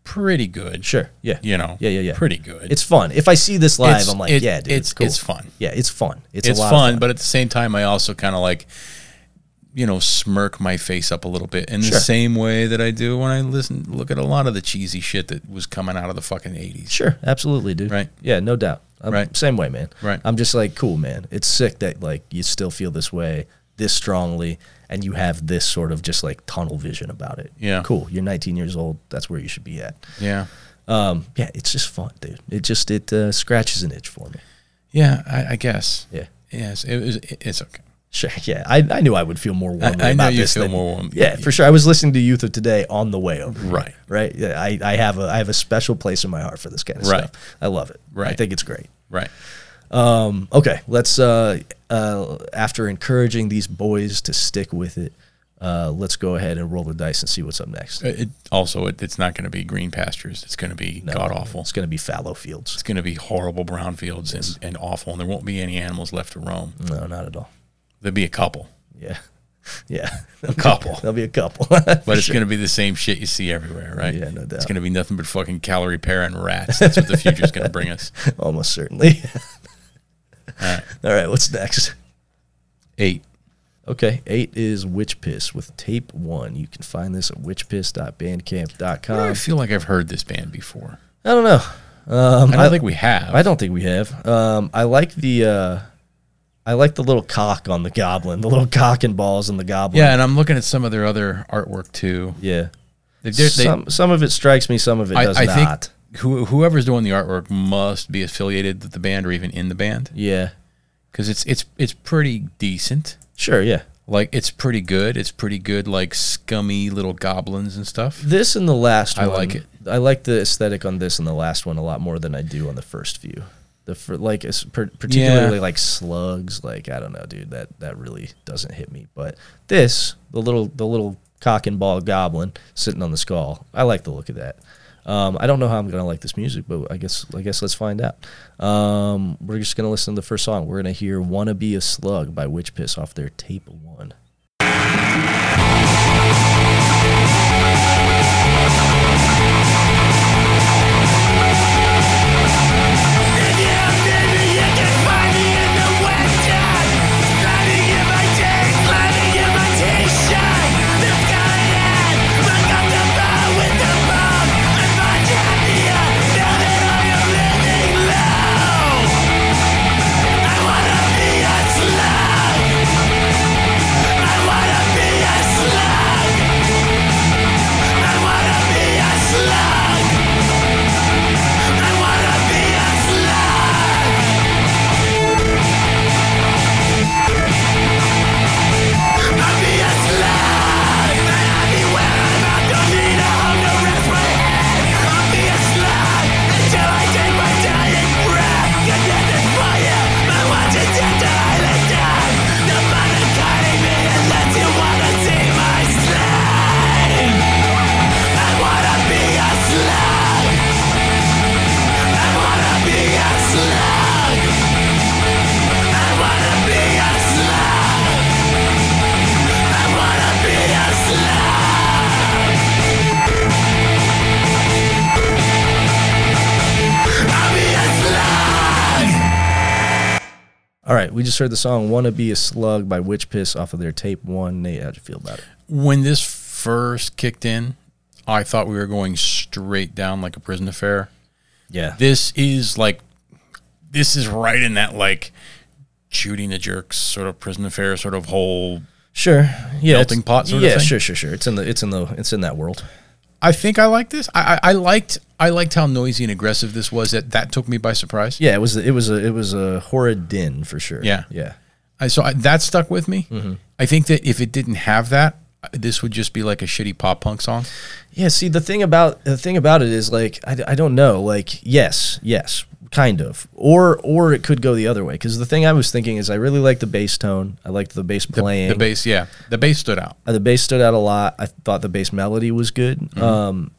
Speaker 2: pretty good
Speaker 1: Sure. Yeah.
Speaker 2: you know
Speaker 1: Yeah, yeah, yeah.
Speaker 2: pretty good
Speaker 1: It's fun. If I see this live,
Speaker 2: It's-
Speaker 1: I'm like,
Speaker 2: it-
Speaker 1: yeah, dude,
Speaker 2: it's-
Speaker 1: it's, cool.
Speaker 2: it's fun.
Speaker 1: Yeah, it's fun. It's,
Speaker 2: it's
Speaker 1: a lot
Speaker 2: fun,
Speaker 1: of fun.
Speaker 2: but at the same time i also kind of like you know smirk my face up a little bit in the
Speaker 1: Sure.
Speaker 2: same way that i do when i listen look at a lot of the cheesy shit that was coming out of the fucking 80s
Speaker 1: Sure, absolutely, dude.
Speaker 2: Right.
Speaker 1: Yeah, no doubt. I'm
Speaker 2: Right.
Speaker 1: Same way, man.
Speaker 2: Right.
Speaker 1: I'm just like, cool, man. It's sick that like you still feel this way, this strongly, and you have this sort of just like tunnel vision about it.
Speaker 2: Yeah.
Speaker 1: Cool. You're 19 years old. That's where you should be at.
Speaker 2: yeah
Speaker 1: Um. Yeah. It's just fun, dude. It just it uh, scratches an itch for me.
Speaker 2: yeah i, I guess
Speaker 1: Yeah.
Speaker 2: yes it was it, it's okay
Speaker 1: Sure. Yeah, I, I knew I would feel more warmly
Speaker 2: I know
Speaker 1: about
Speaker 2: you
Speaker 1: this
Speaker 2: feel
Speaker 1: than-
Speaker 2: more warm.
Speaker 1: Yeah, for sure. I was listening to Youth of Today on the way over. here,
Speaker 2: Right.
Speaker 1: Right. Yeah, I, I have a I have a special place in my heart for this kind of
Speaker 2: Right.
Speaker 1: stuff. I love it. I
Speaker 2: Right.
Speaker 1: think it's great.
Speaker 2: Right.
Speaker 1: Um, okay, let's uh, uh, after encouraging these boys to stick with it, uh, let's go ahead and roll the dice and see what's up next.
Speaker 2: Uh, It, it- also, it, it's not going to be green pastures. It's going to be god awful.
Speaker 1: It's going to be fallow fields.
Speaker 2: It's going to be horrible brown fields and, and awful, and there won't be any animals left to roam.
Speaker 1: No, not at all.
Speaker 2: There'll be a couple,
Speaker 1: Yeah, yeah,
Speaker 2: a couple,
Speaker 1: there'll be a couple.
Speaker 2: but it's going to be the same shit you see everywhere, right?
Speaker 1: Yeah, no doubt.
Speaker 2: It's going to be nothing but fucking calorie pear and rats. That's what the future's going to bring us.
Speaker 1: almost certainly.
Speaker 2: All right.
Speaker 1: all right, what's next?
Speaker 2: Eight.
Speaker 1: Okay, eight is Witch Piss with tape one. You can find this at witchpiss.bandcamp.com.
Speaker 2: I feel like I've heard this band before.
Speaker 1: I don't know.
Speaker 2: I don't think we have.
Speaker 1: Um, I don't think we have. Um, I like the uh, I like the little cock on the goblin, the little cock and balls on the goblin.
Speaker 2: Yeah, and I'm looking at some of their other artwork too.
Speaker 1: yeah.
Speaker 2: They, they,
Speaker 1: some some of it strikes me, some of it
Speaker 2: I,
Speaker 1: does
Speaker 2: I
Speaker 1: not.
Speaker 2: think who, whoever's doing the artwork must be affiliated with the band or even in the band
Speaker 1: yeah,
Speaker 2: because it's it's it's pretty decent.
Speaker 1: sure, yeah.
Speaker 2: Like it's pretty good. It's pretty good. Like scummy little goblins and stuff.
Speaker 1: This and the last
Speaker 2: I
Speaker 1: one,
Speaker 2: like it.
Speaker 1: I like the aesthetic on this and the last one a lot more than I do on the first few. The fir- like it's per- particularly
Speaker 2: Yeah.
Speaker 1: like slugs, like I don't know, dude. That that really doesn't hit me. But this, the little the little cock and ball goblin sitting on the skull, I like the look of that. Um, I don't know how I'm gonna like this music, but I guess I guess let's find out. Um, we're just gonna listen to the first song. We're gonna hear "Wanna Be a Slug" by Witch Piss off their tape one. All right, we just heard the song "Wanna Be a Slug" by Witch Piss off of their tape one. Nate, how'd you feel about it?
Speaker 2: When this first kicked in, I thought we were going straight down like a prison affair.
Speaker 1: Yeah,
Speaker 2: This is like, this is right in that like shooting the jerks sort of prison affair sort of whole
Speaker 1: Sure. Yeah.
Speaker 2: Melting
Speaker 1: it's-
Speaker 2: pot sort of
Speaker 1: yeah,
Speaker 2: thing?
Speaker 1: sure, sure, sure. It's in the it's in the it's in that world.
Speaker 2: I think I like this. I, I, I liked I liked how noisy and aggressive this was. That that took me by surprise.
Speaker 1: Yeah, it was it was a it was a horrid din for sure.
Speaker 2: Yeah.
Speaker 1: Yeah.
Speaker 2: I, so I, that stuck with me. I think that if it didn't have that, this would just be like a shitty pop punk song.
Speaker 1: Yeah, see the thing about the thing about it is like I, d- I don't know, like yes, yes, kind of. Or or it could go the other way cuz the thing I was thinking is I really like the bass tone. I liked the bass playing.
Speaker 2: The bass, yeah, the bass stood out.
Speaker 1: Uh, the bass stood out a lot. I thought the bass melody was good.
Speaker 2: Mm-hmm.
Speaker 1: Um,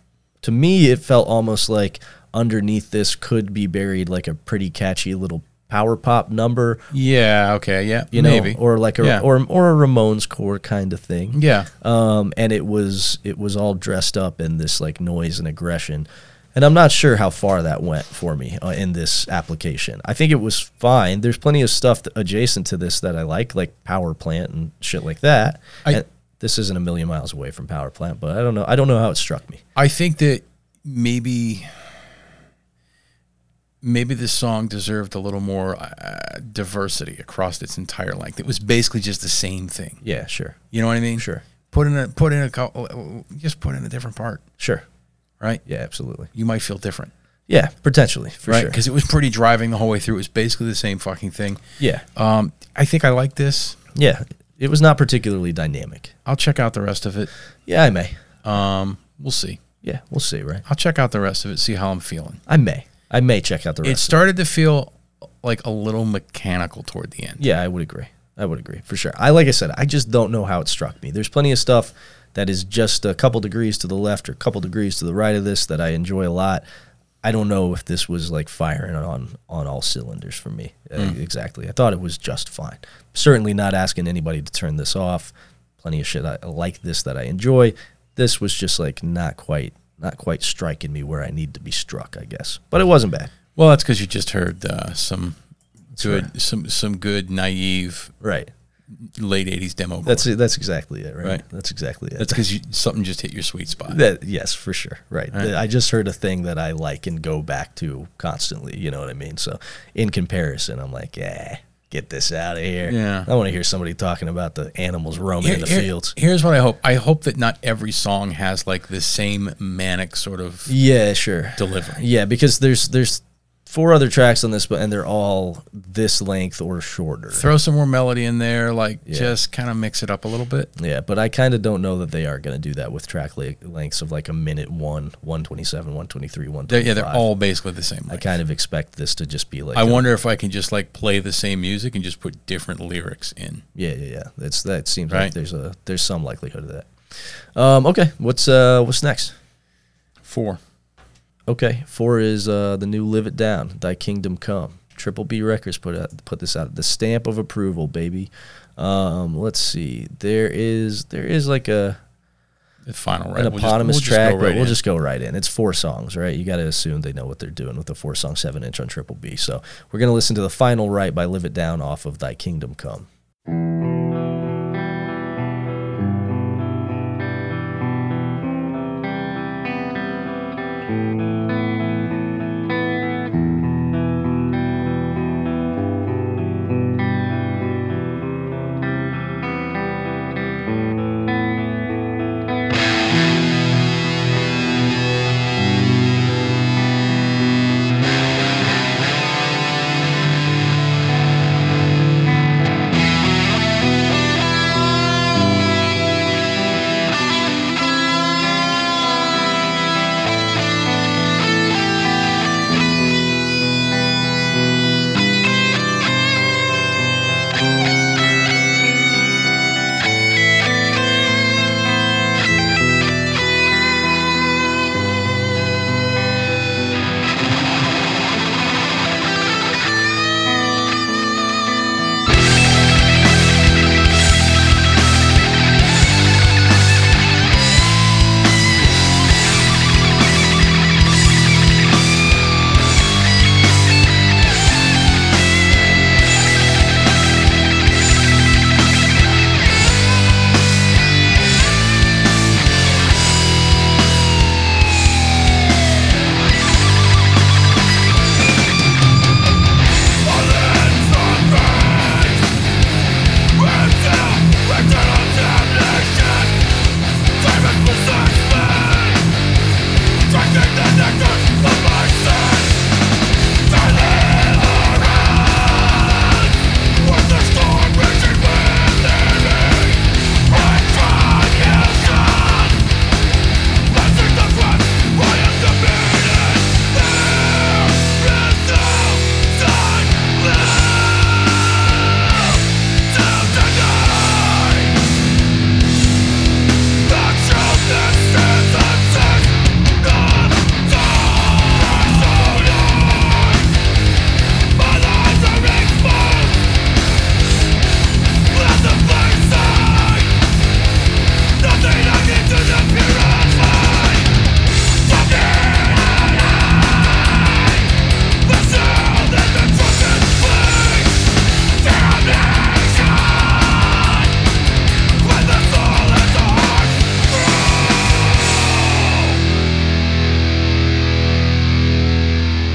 Speaker 1: to me, it felt almost like underneath this could be buried like a pretty catchy little power pop number,
Speaker 2: Yeah, okay, yeah,
Speaker 1: you know,
Speaker 2: maybe
Speaker 1: or like a
Speaker 2: yeah.
Speaker 1: or or a Ramones core kind of thing.
Speaker 2: yeah,
Speaker 1: Um, and it was it was all dressed up in this like noise and aggression. And I'm not sure how far that went for me uh, in this application. I think it was fine. There's plenty of stuff th- adjacent to this that I like, like Power Plant and shit like that.
Speaker 2: I-
Speaker 1: And this isn't a million miles away from Power Plant, but I don't know. I don't know how it struck me.
Speaker 2: I think that maybe maybe this song deserved a little more uh, diversity across its entire length. It was basically just the same thing.
Speaker 1: Yeah, sure,
Speaker 2: You know what I mean?
Speaker 1: Sure.
Speaker 2: Put in a put in a couple, just put in a different part,
Speaker 1: sure,
Speaker 2: right?
Speaker 1: yeah, absolutely,
Speaker 2: You might feel different,
Speaker 1: yeah, potentially for
Speaker 2: right?
Speaker 1: sure.
Speaker 2: Because it was pretty driving the whole way through. It was basically the same fucking thing.
Speaker 1: Yeah,
Speaker 2: Um, I think I like this.
Speaker 1: Yeah, it was not particularly dynamic.
Speaker 2: I'll check out the rest of it.
Speaker 1: Yeah, I may.
Speaker 2: Um, we'll see.
Speaker 1: Yeah, we'll see, right?
Speaker 2: I'll check out the rest of it, see how I'm feeling.
Speaker 1: I may. I may check out the
Speaker 2: It
Speaker 1: rest.
Speaker 2: started to feel like a little mechanical toward the end.
Speaker 1: yeah, I would agree. I would agree for sure. I like I said, I just don't know how it struck me. There's plenty of stuff that is just a couple degrees to the left or a couple degrees to the right of this that I enjoy a lot. I don't know if this was like firing on on all cylinders for me. Uh, exactly. I thought it was just fine. Certainly not asking anybody to turn this off. Plenty of shit I like this that I enjoy. This was just like not quite not quite striking me where I need to be struck, I guess. But it wasn't bad.
Speaker 2: Well, that's because you just heard uh, some good,
Speaker 1: right.
Speaker 2: some some good naive
Speaker 1: Right.
Speaker 2: late '80s demo. That's
Speaker 1: That's it. That's exactly it, right?
Speaker 2: Right.
Speaker 1: That's exactly it.
Speaker 2: that's because something just hit your sweet spot.
Speaker 1: That yes, for sure. Right. I just heard a thing that I like and go back to constantly. You know what I mean? So in comparison, I'm like, yeah, get this out of here.
Speaker 2: Yeah.
Speaker 1: I want to hear somebody talking about the animals roaming in the
Speaker 2: Here- here-
Speaker 1: fields.
Speaker 2: Here's what I hope. I hope that not every song has like the same manic sort of
Speaker 1: Yeah, sure.
Speaker 2: delivery.
Speaker 1: Yeah, because there's there's four other tracks on this, but and they're all this length or shorter.
Speaker 2: Throw some more melody in there, like
Speaker 1: Yeah.
Speaker 2: just kind of mix it up a little bit.
Speaker 1: Yeah, but I kind of don't know that they are going to do that with track le- lengths of like a minute one, one twenty seven, one twenty three, one
Speaker 2: They're,
Speaker 1: twenty
Speaker 2: yeah,
Speaker 1: five.
Speaker 2: they're all basically the same.
Speaker 1: I
Speaker 2: length.
Speaker 1: kind of expect this to just be like
Speaker 2: I
Speaker 1: a-
Speaker 2: wonder if I can just like play the same music and just put different lyrics in.
Speaker 1: Yeah, yeah, yeah. That's that seems like
Speaker 2: Right.
Speaker 1: there's a there's some likelihood of that. Um, okay, what's uh what's next?
Speaker 2: Four.
Speaker 1: Okay, four is uh the new "Live It Down," "Thy Kingdom Come." Triple B Records put out, put this out. The stamp of approval, baby. Um, let's see. There is there is like a
Speaker 2: The final right.
Speaker 1: an
Speaker 2: We'll just-
Speaker 1: eponymous
Speaker 2: we'll just go
Speaker 1: track,
Speaker 2: right
Speaker 1: but we'll
Speaker 2: in.
Speaker 1: just go right in. It's four songs, right? You got to assume they know what they're doing with a four song seven inch on Triple B. So we're gonna listen to the final right by "Live It Down" off of "Thy Kingdom Come."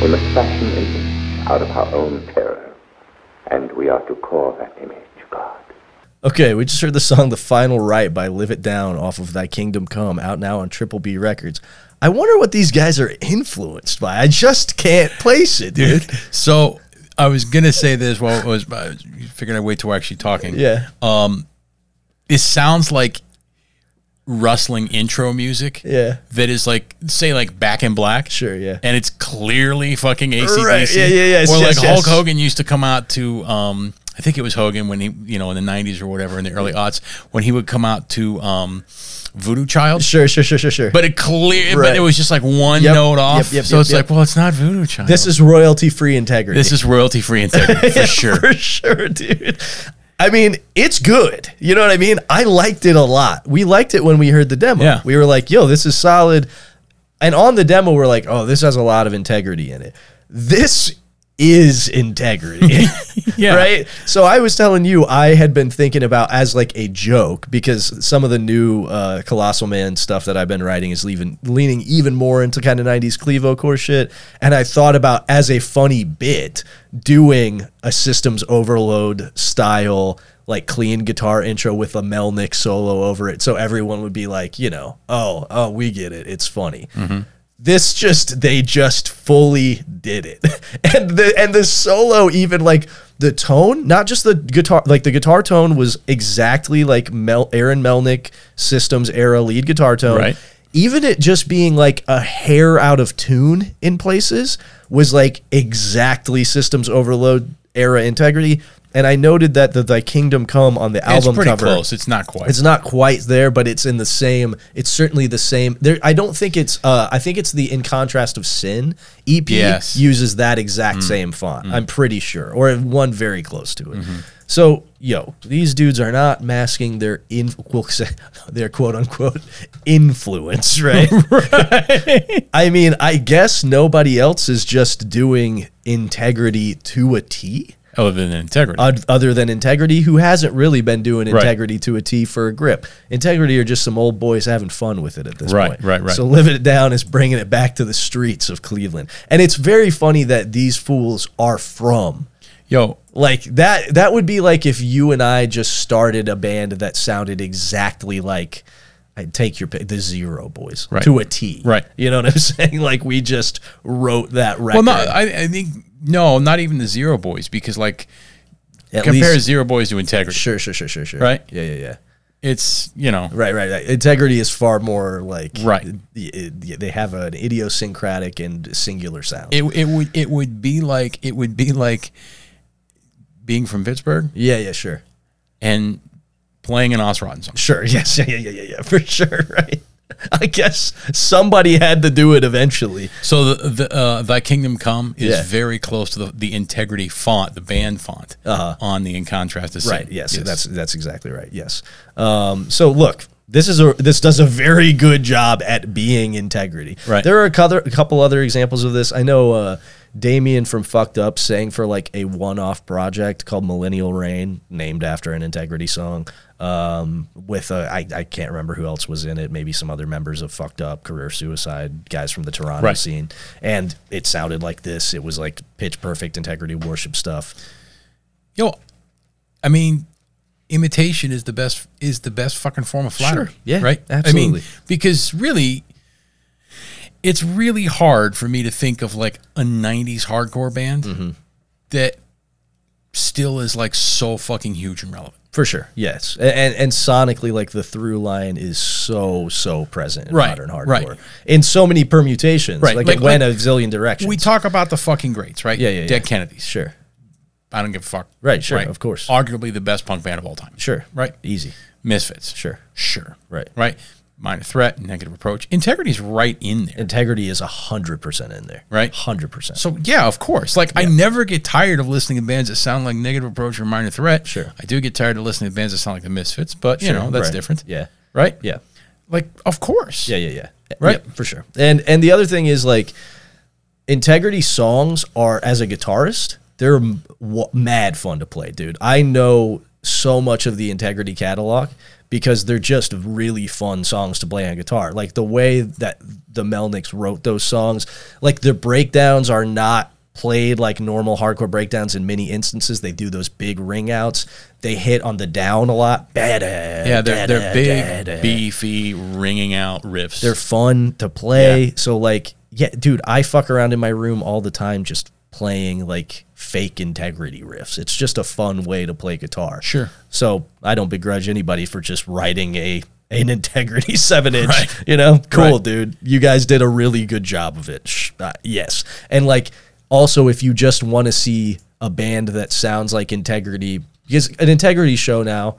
Speaker 4: We must fashion an image out of our own terror, and we are to call that image God.
Speaker 1: Okay, we just heard the song The Final Right by Live It Down off of Thy Kingdom Come, out now on Triple B Records. I wonder what these guys are influenced by. I just can't place it, dude.
Speaker 2: So I was gonna say this while I was, I was figuring I'd wait till we're actually talking.
Speaker 1: Yeah.
Speaker 2: It sounds like rustling intro music.
Speaker 1: Yeah.
Speaker 2: That is like say like Back in Black.
Speaker 1: Sure, yeah.
Speaker 2: And it's clearly fucking ACDC.
Speaker 1: Right, yeah, yeah, yeah,
Speaker 2: Or like
Speaker 1: yes,
Speaker 2: Hulk
Speaker 1: yes.
Speaker 2: Hogan used to come out to um I think it was Hogan when he you know in the 90s or whatever in the early aughts when he would come out to um Voodoo Child.
Speaker 1: Sure, sure, sure, sure, sure.
Speaker 2: But it clear but
Speaker 1: Right.
Speaker 2: it was just like one
Speaker 1: Yep,
Speaker 2: note off.
Speaker 1: yep, yep,
Speaker 2: so
Speaker 1: yep,
Speaker 2: it's
Speaker 1: yep.
Speaker 2: like well it's not Voodoo Child.
Speaker 1: this is royalty free integrity.
Speaker 2: this is royalty free integrity for sure.
Speaker 1: for sure, dude. I mean, it's good. You know what I mean? I liked it a lot. We liked it when we heard the demo.
Speaker 2: Yeah.
Speaker 1: We were like, yo, this is solid. And on the demo, we're like, oh, this has a lot of integrity in it. This is integrity.
Speaker 2: Yeah.
Speaker 1: Right? So I was telling you, I had been thinking about as like a joke because some of the new uh, Colossal Man stuff that I've been writing is leaving, leaning even more into kind of 90s Clevo core shit. And I thought about as a funny bit doing a systems overload style, like clean guitar intro with a Melnick solo over it. So everyone would be like, you know, oh, oh, we get it. It's funny this just they just fully did it and the and the solo even like the tone not just the guitar like the guitar tone was exactly like Mel Aaron Melnick systems era lead guitar tone
Speaker 2: Right.
Speaker 1: even it just being like a hair out of tune in places was like exactly systems overload era integrity and i noted that the thy kingdom come on the
Speaker 2: It's
Speaker 1: album
Speaker 2: pretty
Speaker 1: cover
Speaker 2: close. It's not quite.
Speaker 1: it's not quite there, but it's in the same. It's certainly the same. There, I don't think it's. Uh, I think it's the in contrast of sin EP
Speaker 2: Yes. Mm.
Speaker 1: uses that exact same font. I'm pretty sure, or one very close to it.
Speaker 2: Mm-hmm.
Speaker 1: So, yo, these dudes are not masking their in we'll say, their quote unquote influence, right? I mean, I guess nobody else is just doing integrity to a T
Speaker 2: other than integrity.
Speaker 1: od- other than integrity who hasn't really been doing
Speaker 2: Right.
Speaker 1: integrity to a T for a grip. Integrity are just some old boys having fun with it at this
Speaker 2: Right,
Speaker 1: point.
Speaker 2: right, right.
Speaker 1: So living it down is bringing it back to the streets of Cleveland. And it's very funny that these fools are from
Speaker 2: Yo,
Speaker 1: like that that would be like if you and I just started a band that sounded exactly like I take your pick, the Zero Boys
Speaker 2: Right.
Speaker 1: to a T.
Speaker 2: Right.
Speaker 1: You know what I'm saying? Like we just wrote that
Speaker 2: well,
Speaker 1: record.
Speaker 2: no, I, I think no, not even the Zero Boys because like
Speaker 1: at
Speaker 2: compare
Speaker 1: least,
Speaker 2: Zero Boys to Integrity.
Speaker 1: sure, sure, sure, sure, sure.
Speaker 2: Right?
Speaker 1: Yeah, yeah, yeah.
Speaker 2: It's you know
Speaker 1: Right, right, right. Integrity is far more like
Speaker 2: Right.
Speaker 1: y- y- they have an idiosyncratic and singular sound.
Speaker 2: it it would it would be like it would be like being from Pittsburgh
Speaker 1: yeah, yeah, sure,
Speaker 2: and playing an Osrotten song.
Speaker 1: sure. Yes, yeah, yeah, yeah, yeah, yeah, for sure. Right. I guess somebody had to do it eventually.
Speaker 2: So the, the uh, Thy Kingdom Come is
Speaker 1: Yeah.
Speaker 2: very close to the, the Integrity font, the band font on the In Contrast to Sin.
Speaker 1: Right. Yes, That's that's exactly right. Yes. Um, so look, this is a this does a very good job at being integrity.
Speaker 2: Right.
Speaker 1: There are a couple, a couple other examples of this. I know uh, Damien from Fucked Up sang for like a one-off project called Millennial Rain, named after an integrity song. Um, with uh, I I can't remember who else was in it. Maybe some other members of Fucked Up, Career Suicide, guys from the Toronto
Speaker 2: Right.
Speaker 1: scene, and it sounded like this. It was like pitch perfect integrity worship stuff.
Speaker 2: yo, I mean, imitation is the best is the best fucking form of flattery.
Speaker 1: Sure. Yeah,
Speaker 2: right. I
Speaker 1: absolutely.
Speaker 2: mean, because really, it's really hard for me to think of like a '90s hardcore band
Speaker 1: Mm-hmm.
Speaker 2: that still is like so fucking huge and relevant.
Speaker 1: For sure, yes, A- and and sonically, like the through line is so so present in
Speaker 2: Right,
Speaker 1: modern hardcore
Speaker 2: right.
Speaker 1: in so many permutations.
Speaker 2: Right,
Speaker 1: Like,
Speaker 2: like-
Speaker 1: it went
Speaker 2: like-
Speaker 1: a zillion directions.
Speaker 2: We talk about the fucking greats, right?
Speaker 1: Yeah, yeah,
Speaker 2: Dead
Speaker 1: yeah.
Speaker 2: Kennedys.
Speaker 1: sure,
Speaker 2: I don't give a fuck.
Speaker 1: Right, sure, of course.
Speaker 2: Arguably the best punk band of all time.
Speaker 1: sure,
Speaker 2: Right.
Speaker 1: easy,
Speaker 2: Misfits.
Speaker 1: sure.
Speaker 2: Sure.
Speaker 1: Right.
Speaker 2: Right. Minor threat, negative approach. Integrity's right in there.
Speaker 1: Integrity is hundred percent in there,
Speaker 2: Right.
Speaker 1: Hundred percent.
Speaker 2: So yeah, of course. Like I never get tired of listening to bands that sound like Negative Approach or Minor Threat.
Speaker 1: Sure.
Speaker 2: I do get tired of listening to bands that sound like the Misfits, but you
Speaker 1: Sure,
Speaker 2: know that's
Speaker 1: right.
Speaker 2: different.
Speaker 1: Yeah,
Speaker 2: Right.
Speaker 1: yeah.
Speaker 2: Like of course.
Speaker 1: Yeah, yeah, yeah.
Speaker 2: Right?
Speaker 1: Yep, for sure. And and the other thing is like integrity songs are as a guitarist, they're m- w- mad fun to play, dude. I know so much of the integrity catalog because they're just really fun songs to play on guitar. Like the way that the Melnicks wrote those songs, like the breakdowns are not played like normal hardcore breakdowns in many instances. They do those big ring outs. They hit on the down a lot. Badass.
Speaker 2: Yeah, they're, they're big, beefy, ringing out riffs.
Speaker 1: They're fun to play. So like, yeah, dude, I fuck around in my room all the time just playing like fake integrity riffs. It's just a fun way to play guitar.
Speaker 2: Sure.
Speaker 1: So I don't begrudge anybody for just writing a an integrity seven inch.
Speaker 2: Right.
Speaker 1: You know, cool,
Speaker 2: Right.
Speaker 1: dude. You guys did a really good job of it. Sh- uh, yes, and like also if you just want to see a band that sounds like integrity, because an integrity show now.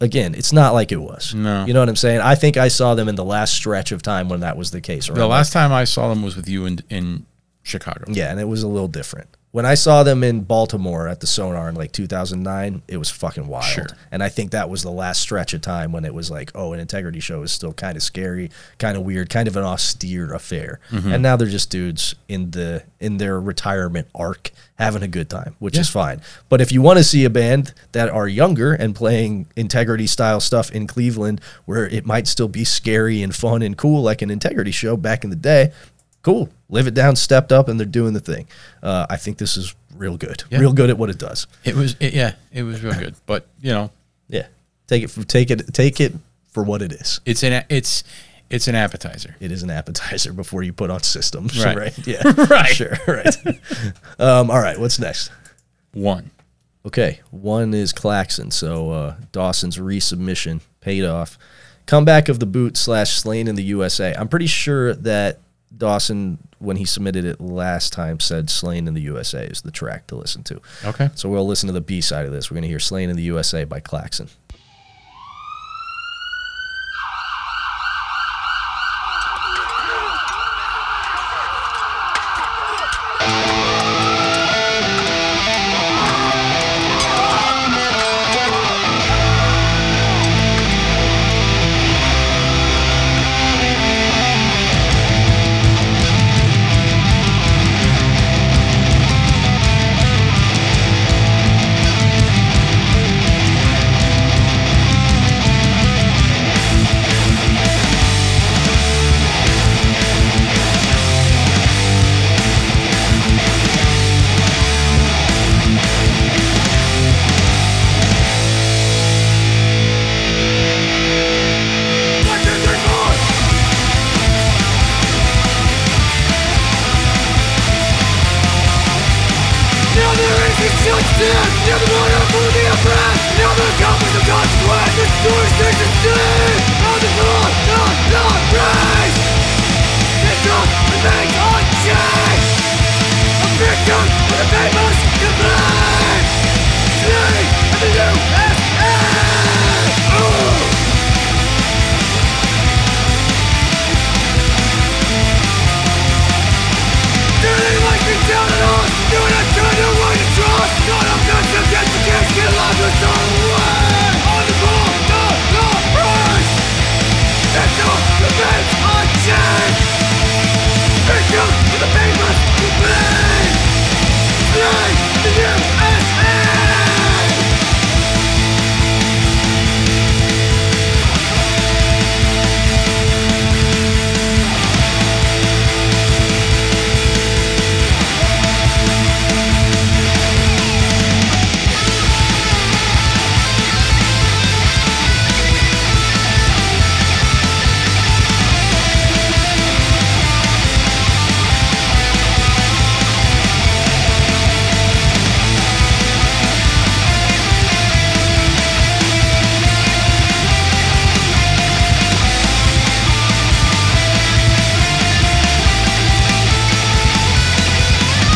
Speaker 1: Again, it's not like it was.
Speaker 2: No.
Speaker 1: You know what I'm saying? I think I saw them in the last stretch of time when that was the case.
Speaker 2: The
Speaker 1: around
Speaker 2: last time I saw them was with you in in Chicago.
Speaker 1: yeah, and it was a little different. When I saw them in Baltimore at the Sonar in like 2009, it was fucking wild.
Speaker 2: Sure.
Speaker 1: And I think that was the last stretch of time when it was like, oh, an integrity show is still kind of scary, kind of weird, kind of an austere affair. And now they're just dudes in the in their retirement arc having a good time, which is fine. But if you want to see a band that are younger and playing integrity style stuff in Cleveland where it might still be scary and fun and cool like an integrity show back in the day, cool. Live it down, stepped up, and they're doing the thing. Uh, I think this is real good, real good at what it does.
Speaker 2: It was it, yeah, it was real good. But you know,
Speaker 1: Yeah, take it, for, take it, take it for what it is.
Speaker 2: it's an a- it's it's an appetizer.
Speaker 1: It is an appetizer before you put on systems, right?
Speaker 2: Right.
Speaker 1: Yeah,
Speaker 2: Right.
Speaker 1: Sure, right. um, all right, what's next?
Speaker 2: One.
Speaker 1: Okay, one is Claxon. So uh, Dawson's resubmission paid off. Comeback of the boot slash slain in the USA. I'm pretty sure that Dawson, when he submitted it last time, said slain in the USA is the track to listen to.
Speaker 2: Okay.
Speaker 1: So we'll listen to the B side of this. We're going to hear Slain in the USA by Claxon.
Speaker 5: Unchanged! A victim of the famous complaint! Slave of the USA! Ooh. Feeling like we down and on Doing a turn to what you trust Not a concept that you can't get lost with all the way On the ball, no, no, rush It's all revenge unchained Victim of the papers to blame Blame the USA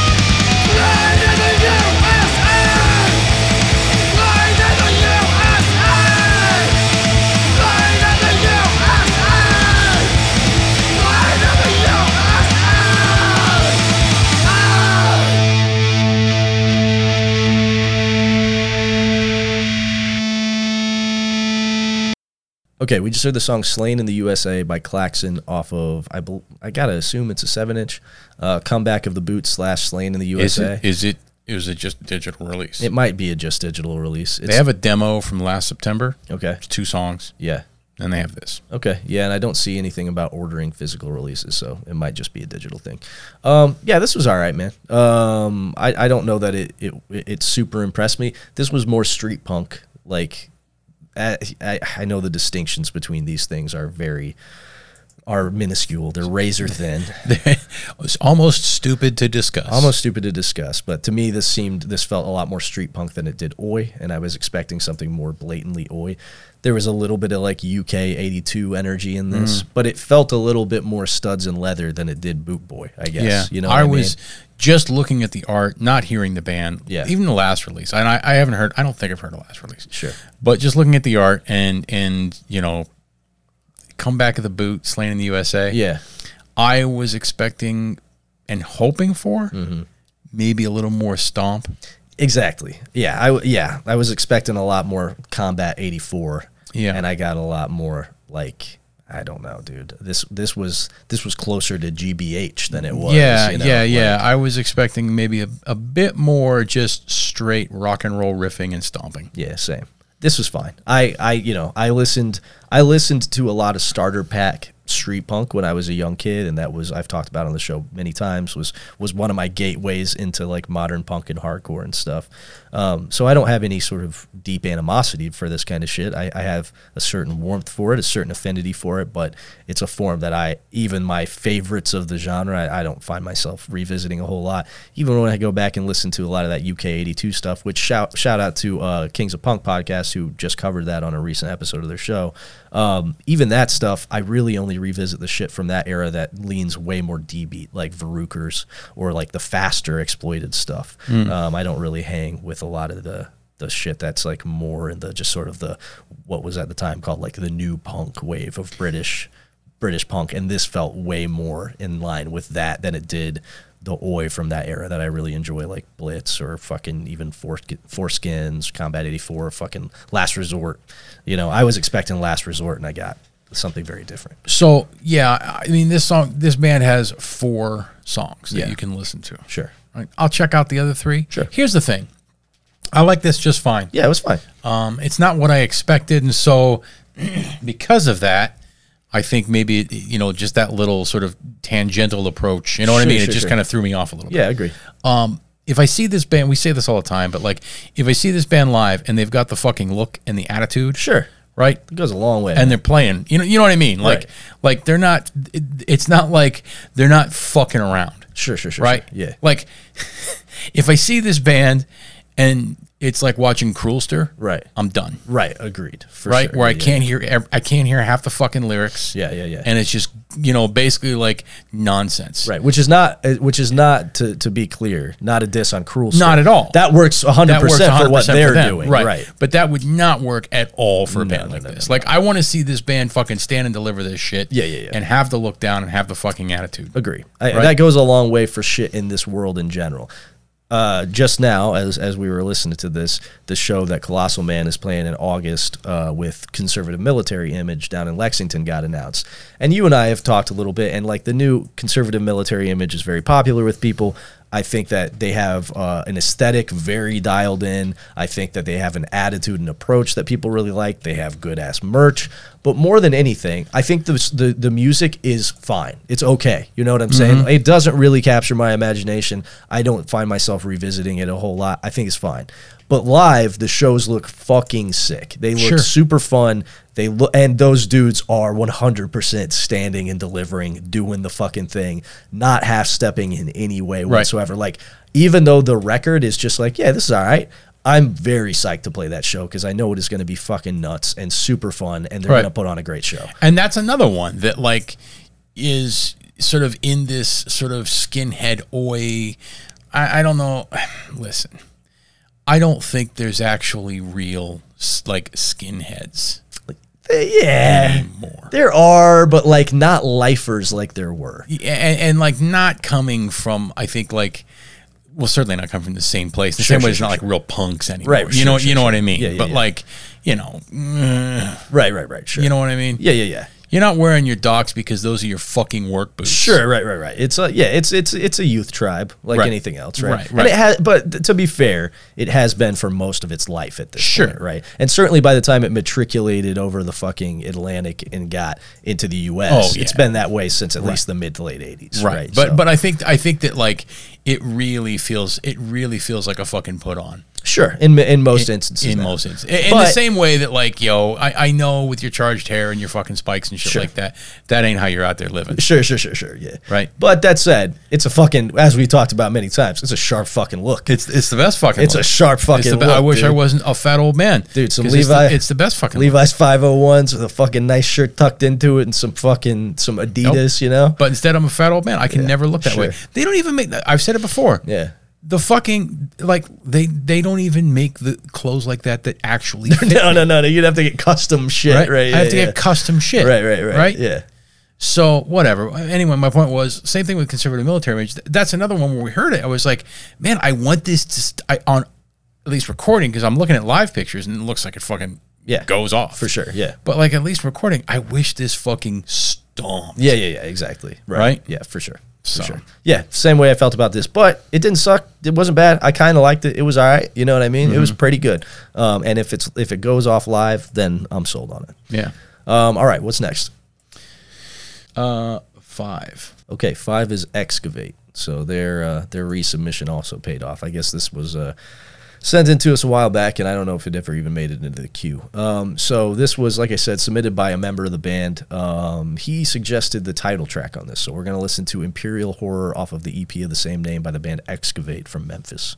Speaker 5: Blame the USA Blame the USA Blame the USA
Speaker 1: Okay, we just heard the song Slain in the USA by Claxon off of, I, bel I got to assume it's a 7 inch, uh, Comeback of the Boot slash Slain in the
Speaker 2: Is
Speaker 1: USA.
Speaker 2: it is it is it just digital release?
Speaker 1: It might be a just digital release. It's,
Speaker 2: they have a demo from last September.
Speaker 1: okay.
Speaker 2: It's two songs,
Speaker 1: Yeah.
Speaker 2: and they have this.
Speaker 1: Okay. Yeah, and I don't see anything about ordering physical releases, so it might just be a digital thing. Um, yeah, this was all right, man. Um, I, I don't know that it, it it super impressed me. This was more street punk. Like, I, I, I know the distinctions between these things are very are minuscule. They're razor thin,
Speaker 2: it's almost stupid to discuss.
Speaker 1: almost stupid to discuss. But to me, this seemed this felt a lot more street punk than it did Oi, and I was expecting something more blatantly Oi. There was a little bit of like UK '82 energy in this,
Speaker 2: Mm.
Speaker 1: but it felt a little bit more studs and leather than it did Boot Boy. I guess.
Speaker 2: Yeah,
Speaker 1: You know.
Speaker 2: I,
Speaker 1: what
Speaker 2: was
Speaker 1: mean?
Speaker 2: just looking at the art, not hearing the band.
Speaker 1: Yeah.
Speaker 2: even the last release, and I, I haven't heard. I don't think I've heard the last release.
Speaker 1: Sure.
Speaker 2: but just looking at the art and and you know, come back of the boot, slain in the USA.
Speaker 1: Yeah.
Speaker 2: I was expecting and hoping for
Speaker 1: Mm-hmm.
Speaker 2: maybe a little more stomp.
Speaker 1: Exactly. Yeah. I w- yeah. I was expecting a lot more combat eighty four.
Speaker 2: Yeah.
Speaker 1: And I got a lot more like I don't know, dude. This this was this was closer to GBH than it was.
Speaker 2: yeah,
Speaker 1: you know,
Speaker 2: yeah,
Speaker 1: like-
Speaker 2: yeah. I was expecting maybe a, a bit more just straight rock and roll riffing and stomping.
Speaker 1: Yeah, same. This was fine. I, I, you know, I listened, I listened to a lot of starter pack street punk when I was a young kid, and that was I've talked about on the show many times was was one of my gateways into like modern punk and hardcore and stuff. Um, so I don't have any sort of deep animosity for this kind of shit. I, I have a certain warmth for it, a certain affinity for it, but it's a form that I even my favorites of the genre I, I don't find myself revisiting a whole lot. Even when I go back and listen to a lot of that UK '82 stuff, which shout shout out to uh, Kings of Punk podcast who just covered that on a recent episode of their show. Um, even that stuff, I really only revisit the shit from that era that leans way more D beat, like Verrucker's or like the faster exploited stuff. Um, I don't really hang with a lot of the the shit that's like more in the just sort of the what was at the time called like the new punk wave of British British punk, and this felt way more in line with that than it did the oi from that era that I really enjoy, like Blitz or fucking even Fors- Foreskins, Combat eighty four, fucking Last Resort. You know, I was expecting Last Resort, and I got something very different.
Speaker 2: So yeah, I mean this song, this band has four songs
Speaker 1: Yeah.
Speaker 2: that you can listen to.
Speaker 1: Sure.
Speaker 2: Right, I'll check out the other three.
Speaker 1: Sure.
Speaker 2: Here's the thing, I like this just fine.
Speaker 1: Yeah, it was fine.
Speaker 2: Um, it's not what I expected, and so because of that, I think maybe you know just that little sort of tangential approach. You know what
Speaker 1: Sure,
Speaker 2: I mean?
Speaker 1: sure,
Speaker 2: it just
Speaker 1: sure.
Speaker 2: kind of threw me off a little bit.
Speaker 1: Yeah, I agree.
Speaker 2: um, if I see this band, we say this all the time, but like if I see this band live and they've got the fucking look and the attitude,
Speaker 1: Sure,
Speaker 2: right?
Speaker 1: it goes a long way.
Speaker 2: And they're playing, you know, you know what I mean? Like,
Speaker 1: Right.
Speaker 2: like they're not. It, it's not like they're not fucking around,
Speaker 1: sure, sure, sure,
Speaker 2: right?
Speaker 1: sure. Yeah,
Speaker 2: Like, if I see this band and it's like watching Cruelster,
Speaker 1: Right.
Speaker 2: I'm done,
Speaker 1: right. Agreed. For
Speaker 2: right?
Speaker 1: sure.
Speaker 2: Where I
Speaker 1: Yeah.
Speaker 2: can't hear, ev- I can't hear half the fucking lyrics.
Speaker 1: Yeah, yeah, yeah.
Speaker 2: And it's just, you know, basically like nonsense.
Speaker 1: Right, which is not, uh, which is not to, to be clear, not a diss on cruel. Star.
Speaker 2: Not at all.
Speaker 1: That works hundred
Speaker 2: that works
Speaker 1: percent
Speaker 2: 100%
Speaker 1: for what they're
Speaker 2: them,
Speaker 1: doing.
Speaker 2: right.
Speaker 1: right.
Speaker 2: But that would not work at all for a band
Speaker 1: no,
Speaker 2: like
Speaker 1: no,
Speaker 2: this.
Speaker 1: no,
Speaker 2: like, I want to see this band fucking stand and deliver this shit.
Speaker 1: Yeah, yeah, yeah.
Speaker 2: And have the look down and have the fucking attitude.
Speaker 1: Agree. I,
Speaker 2: Right?
Speaker 1: That goes a long way for shit in this world in general. Uh, just now, as as we were listening to this, the show that Colossal Man is playing in August uh, with conservative military image down in Lexington got announced, and you and I have talked a little bit, and like the new conservative military image is very popular with people. I think that they have uh, an aesthetic very dialed in. I think that they have an attitude and approach that people really like. They have good ass merch, but more than anything, I think the the, the music is fine. It's okay. You know what I'm saying? It doesn't really capture my imagination. I don't find myself revisiting it a whole lot. I think it's fine. But live, the shows look fucking sick. They look
Speaker 2: Sure.
Speaker 1: super fun. They look, and those dudes are 100% standing and delivering, doing the fucking thing, not half stepping in any way whatsoever. Like, even though the record is just like, yeah, this is all right. I'm very psyched to play that show because I know it is going to be fucking nuts and super fun, and they're
Speaker 2: Right.
Speaker 1: going to put on a great show.
Speaker 2: And that's another one that like is sort of in this sort of skinhead oi. I, I don't know. Listen, I don't think there's actually real s- like skinheads
Speaker 1: Yeah,
Speaker 2: anymore.
Speaker 1: there are, but like not lifers like there were.
Speaker 2: Yeah, and, and like not coming from I think like well certainly not coming from the same place the
Speaker 1: Sure,
Speaker 2: same way
Speaker 1: sure,
Speaker 2: it's not
Speaker 1: sure,
Speaker 2: like real punks anymore
Speaker 1: Right,
Speaker 2: you
Speaker 1: sure,
Speaker 2: know
Speaker 1: sure,
Speaker 2: you know
Speaker 1: sure.
Speaker 2: what I mean
Speaker 1: Yeah, yeah,
Speaker 2: but
Speaker 1: yeah.
Speaker 2: like you know mm,
Speaker 1: Right, right, right. Sure.
Speaker 2: you know what I mean
Speaker 1: Yeah, yeah, yeah.
Speaker 2: you're not wearing your docs because those are your fucking work boots
Speaker 1: Sure, right, right, right. It's a yeah, it's it's it's a youth tribe like
Speaker 2: Right.
Speaker 1: anything else, right?
Speaker 2: Right,
Speaker 1: And
Speaker 2: right.
Speaker 1: it has, but th- to be fair, it has been for most of its life at this
Speaker 2: Sure.
Speaker 1: point, right? And certainly by the time it matriculated over the fucking Atlantic and got into the U.S.,
Speaker 2: Oh,
Speaker 1: it's
Speaker 2: yeah.
Speaker 1: been that way since at least the mid to late '80s, right?
Speaker 2: right, but
Speaker 1: So-
Speaker 2: but I think I think that like it really feels it really feels like a fucking put on
Speaker 1: Sure, in in most
Speaker 2: In-
Speaker 1: instances.
Speaker 2: In
Speaker 1: now.
Speaker 2: most instances. In the
Speaker 1: But-
Speaker 2: same way that, like, yo, I, I know with your charged hair and your fucking spikes and shit
Speaker 1: Sure.
Speaker 2: like that, that ain't how you're out there living.
Speaker 1: Sure, sure, sure, sure. Yeah.
Speaker 2: Right.
Speaker 1: But that said, it's a fucking as we talked about many times. It's a sharp fucking look.
Speaker 2: It's it's the best fucking.
Speaker 1: It's a
Speaker 2: look.
Speaker 1: sharp
Speaker 2: It's
Speaker 1: fucking
Speaker 2: the be-
Speaker 1: look,
Speaker 2: I wish I
Speaker 1: dude.
Speaker 2: wasn't a fat old man,
Speaker 1: Dude, some
Speaker 2: 'Cause it's the-
Speaker 1: Levi-
Speaker 2: It's the, best fucking. look.
Speaker 1: Levi's 501s with a fucking nice shirt tucked into it and some fucking some Adidas, you know?
Speaker 2: But instead, I'm a fat old man. I can never look that way.
Speaker 1: sure.
Speaker 2: They don't even make. I've said it before.
Speaker 1: yeah.
Speaker 2: The fucking like they they don't even make the clothes like that that actually fit.
Speaker 1: No, no, no, no. You'd have to get custom shit, right?
Speaker 2: I have
Speaker 1: yeah,
Speaker 2: to
Speaker 1: yeah.
Speaker 2: get custom shit.
Speaker 1: Right, right, right.
Speaker 2: Right.
Speaker 1: Yeah.
Speaker 2: So whatever. Anyway, my point was same thing with conservative military age. Th- That's another one where we heard it. I was like, man, I want this to st- I, on at least recording because I'm looking at live pictures and it looks like it fucking
Speaker 1: Yeah.
Speaker 2: goes off
Speaker 1: For sure, yeah.
Speaker 2: But like at least recording, I wish this fucking stomped.
Speaker 1: Yeah, yeah, yeah, exactly. Right.
Speaker 2: Right?
Speaker 1: Yeah, for sure. For
Speaker 2: So.
Speaker 1: sure. Yeah, same way I felt about this, but it didn't suck. It wasn't bad. I kind of liked it. It was all right. You know what I mean?
Speaker 2: Mm-hmm.
Speaker 1: It was pretty good. Um, and if it's if it goes off live, then I'm sold on it.
Speaker 2: Yeah.
Speaker 1: Um, all right, what's next?
Speaker 2: Five.
Speaker 1: Okay, five is excavate. So their uh, their resubmission also paid off. I guess this was uh, sent in to us a while back, and I don't know if it ever even made it into the queue. Um, so this was, like I said, submitted by a member of the band. Um, he suggested the title track on this, so we're gonna listen to Imperial Horror off of the EP of the same name by the band Excavate from Memphis.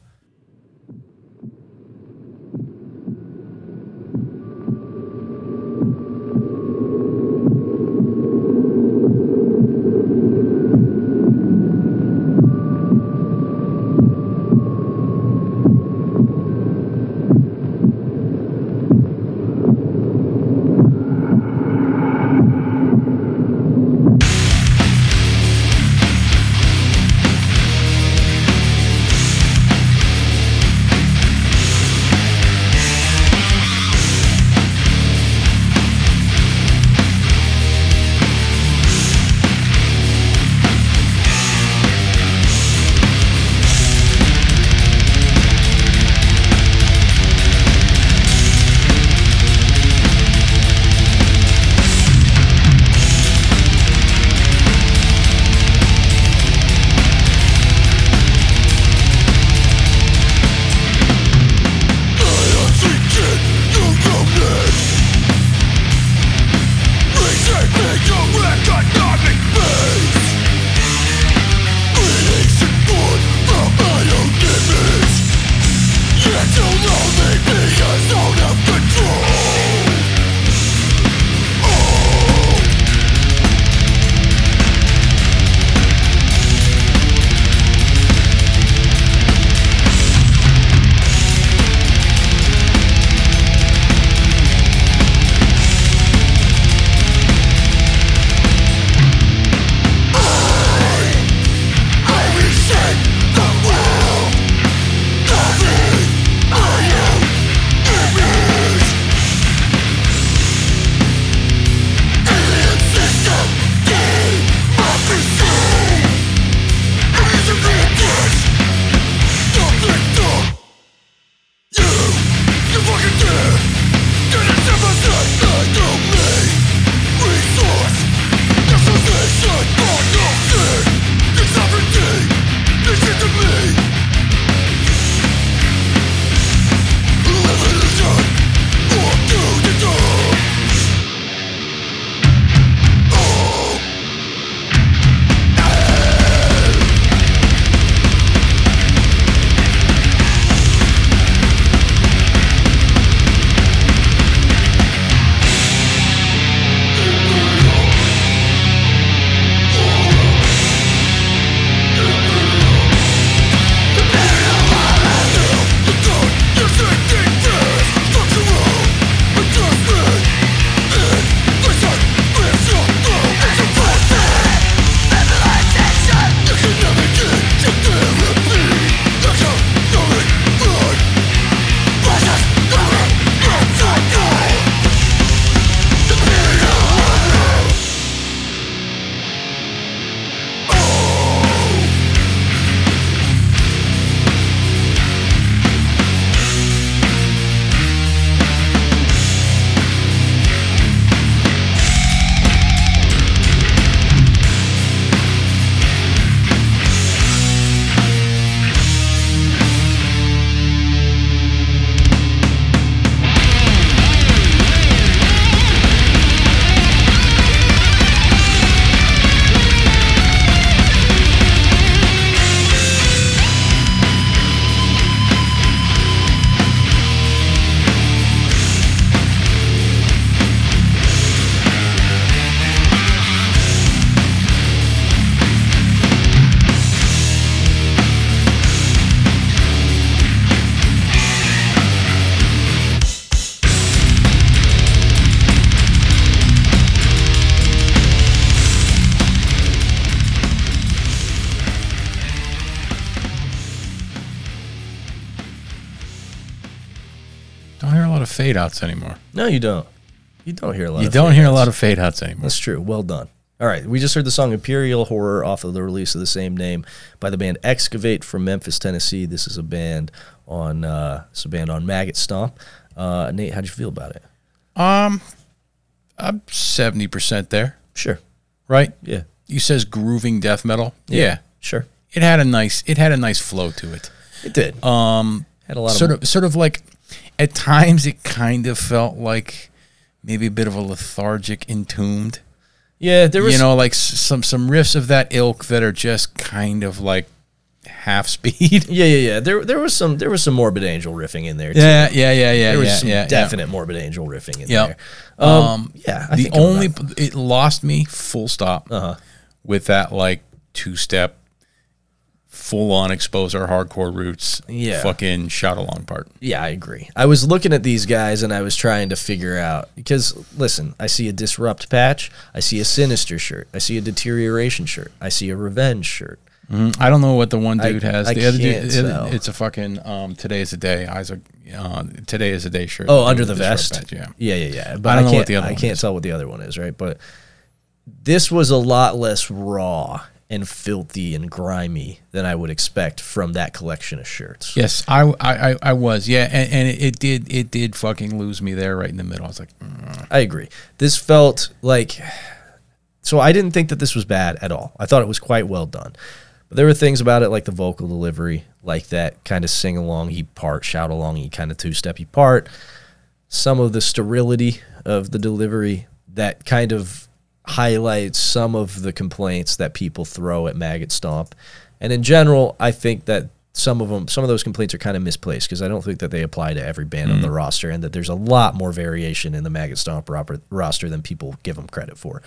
Speaker 6: I resent the will of it. I am
Speaker 2: lot of fade outs anymore.
Speaker 1: No, you don't. You don't hear a lot.
Speaker 2: You
Speaker 1: of
Speaker 2: don't
Speaker 1: fade
Speaker 2: hear a
Speaker 1: outs.
Speaker 2: lot of fade outs anymore.
Speaker 1: That's true. Well done. All right, we just heard the song Imperial Horror off of the release of the same name by the band Excavate from Memphis, Tennessee. This is a band on uh, it's a band on Maggot Stomp. Uh, Nate, how'd you feel about it?
Speaker 2: Um, I'm seventy percent there,
Speaker 1: Sure.
Speaker 2: right?
Speaker 1: Yeah.
Speaker 2: You says grooving death metal. Yeah.
Speaker 1: Sure.
Speaker 2: it had a nice it had a nice flow to it.
Speaker 1: It did. Um, had a lot
Speaker 2: Sort
Speaker 1: of,
Speaker 2: of sort of like at times it kind of felt like maybe a bit of a lethargic entombed.
Speaker 1: yeah. There was
Speaker 2: you know, like s- some some riffs of that ilk that are just kind of like half speed.
Speaker 1: Yeah, yeah, yeah. There, there was some, there was some Morbid Angel riffing in there. Too.
Speaker 2: yeah, yeah, yeah, yeah.
Speaker 1: there was
Speaker 2: yeah,
Speaker 1: some
Speaker 2: yeah, yeah.
Speaker 1: definite Morbid Angel riffing in
Speaker 2: Yep.
Speaker 1: there. Um, yeah. I
Speaker 2: the
Speaker 1: think Uh-huh. I'm
Speaker 2: only
Speaker 1: about-
Speaker 2: it lost me full stop with that like two step full on expose our hardcore roots
Speaker 1: Yeah.
Speaker 2: fucking shot along part
Speaker 1: Yeah, I agree. I was looking at these guys and I was trying to figure out because listen, I see a disrupt patch, I see a sinister shirt, I see a deterioration shirt, I see a revenge shirt.
Speaker 2: I don't know what the one
Speaker 1: I-
Speaker 2: dude has
Speaker 1: I
Speaker 2: the other
Speaker 1: can't
Speaker 2: dude the
Speaker 1: tell.
Speaker 2: other- it's a fucking um today is a day Isaac uh, today is a day shirt
Speaker 1: Oh, under the
Speaker 2: Disrupt
Speaker 1: vest.
Speaker 2: Badge, yeah
Speaker 1: yeah, yeah, yeah. But I
Speaker 2: I don't
Speaker 1: can't,
Speaker 2: know what the other
Speaker 1: I
Speaker 2: one
Speaker 1: can't
Speaker 2: is.
Speaker 1: tell what the other one is, right? But this was a lot less raw and filthy and grimy than I would expect from that collection of shirts.
Speaker 2: Yes, I, I, I- I was. Yeah, and, and it, it did it did fucking lose me there right in the middle. I was like, mm.
Speaker 1: I agree. This felt like so I didn't think that this was bad at all. I thought it was quite well done. But there were things about it like the vocal delivery, like that kind of sing along he part, shout along he kind of two step he part. Some of the sterility of the delivery that kind of highlights some of the complaints that people throw at Maggot Stomp. And in general, I think that some of them some of those complaints are kind of misplaced because I don't think that they apply to every band
Speaker 2: Mm.
Speaker 1: on the roster and that there's a lot more variation in the Maggot Stomp roper- roster than people give them credit for.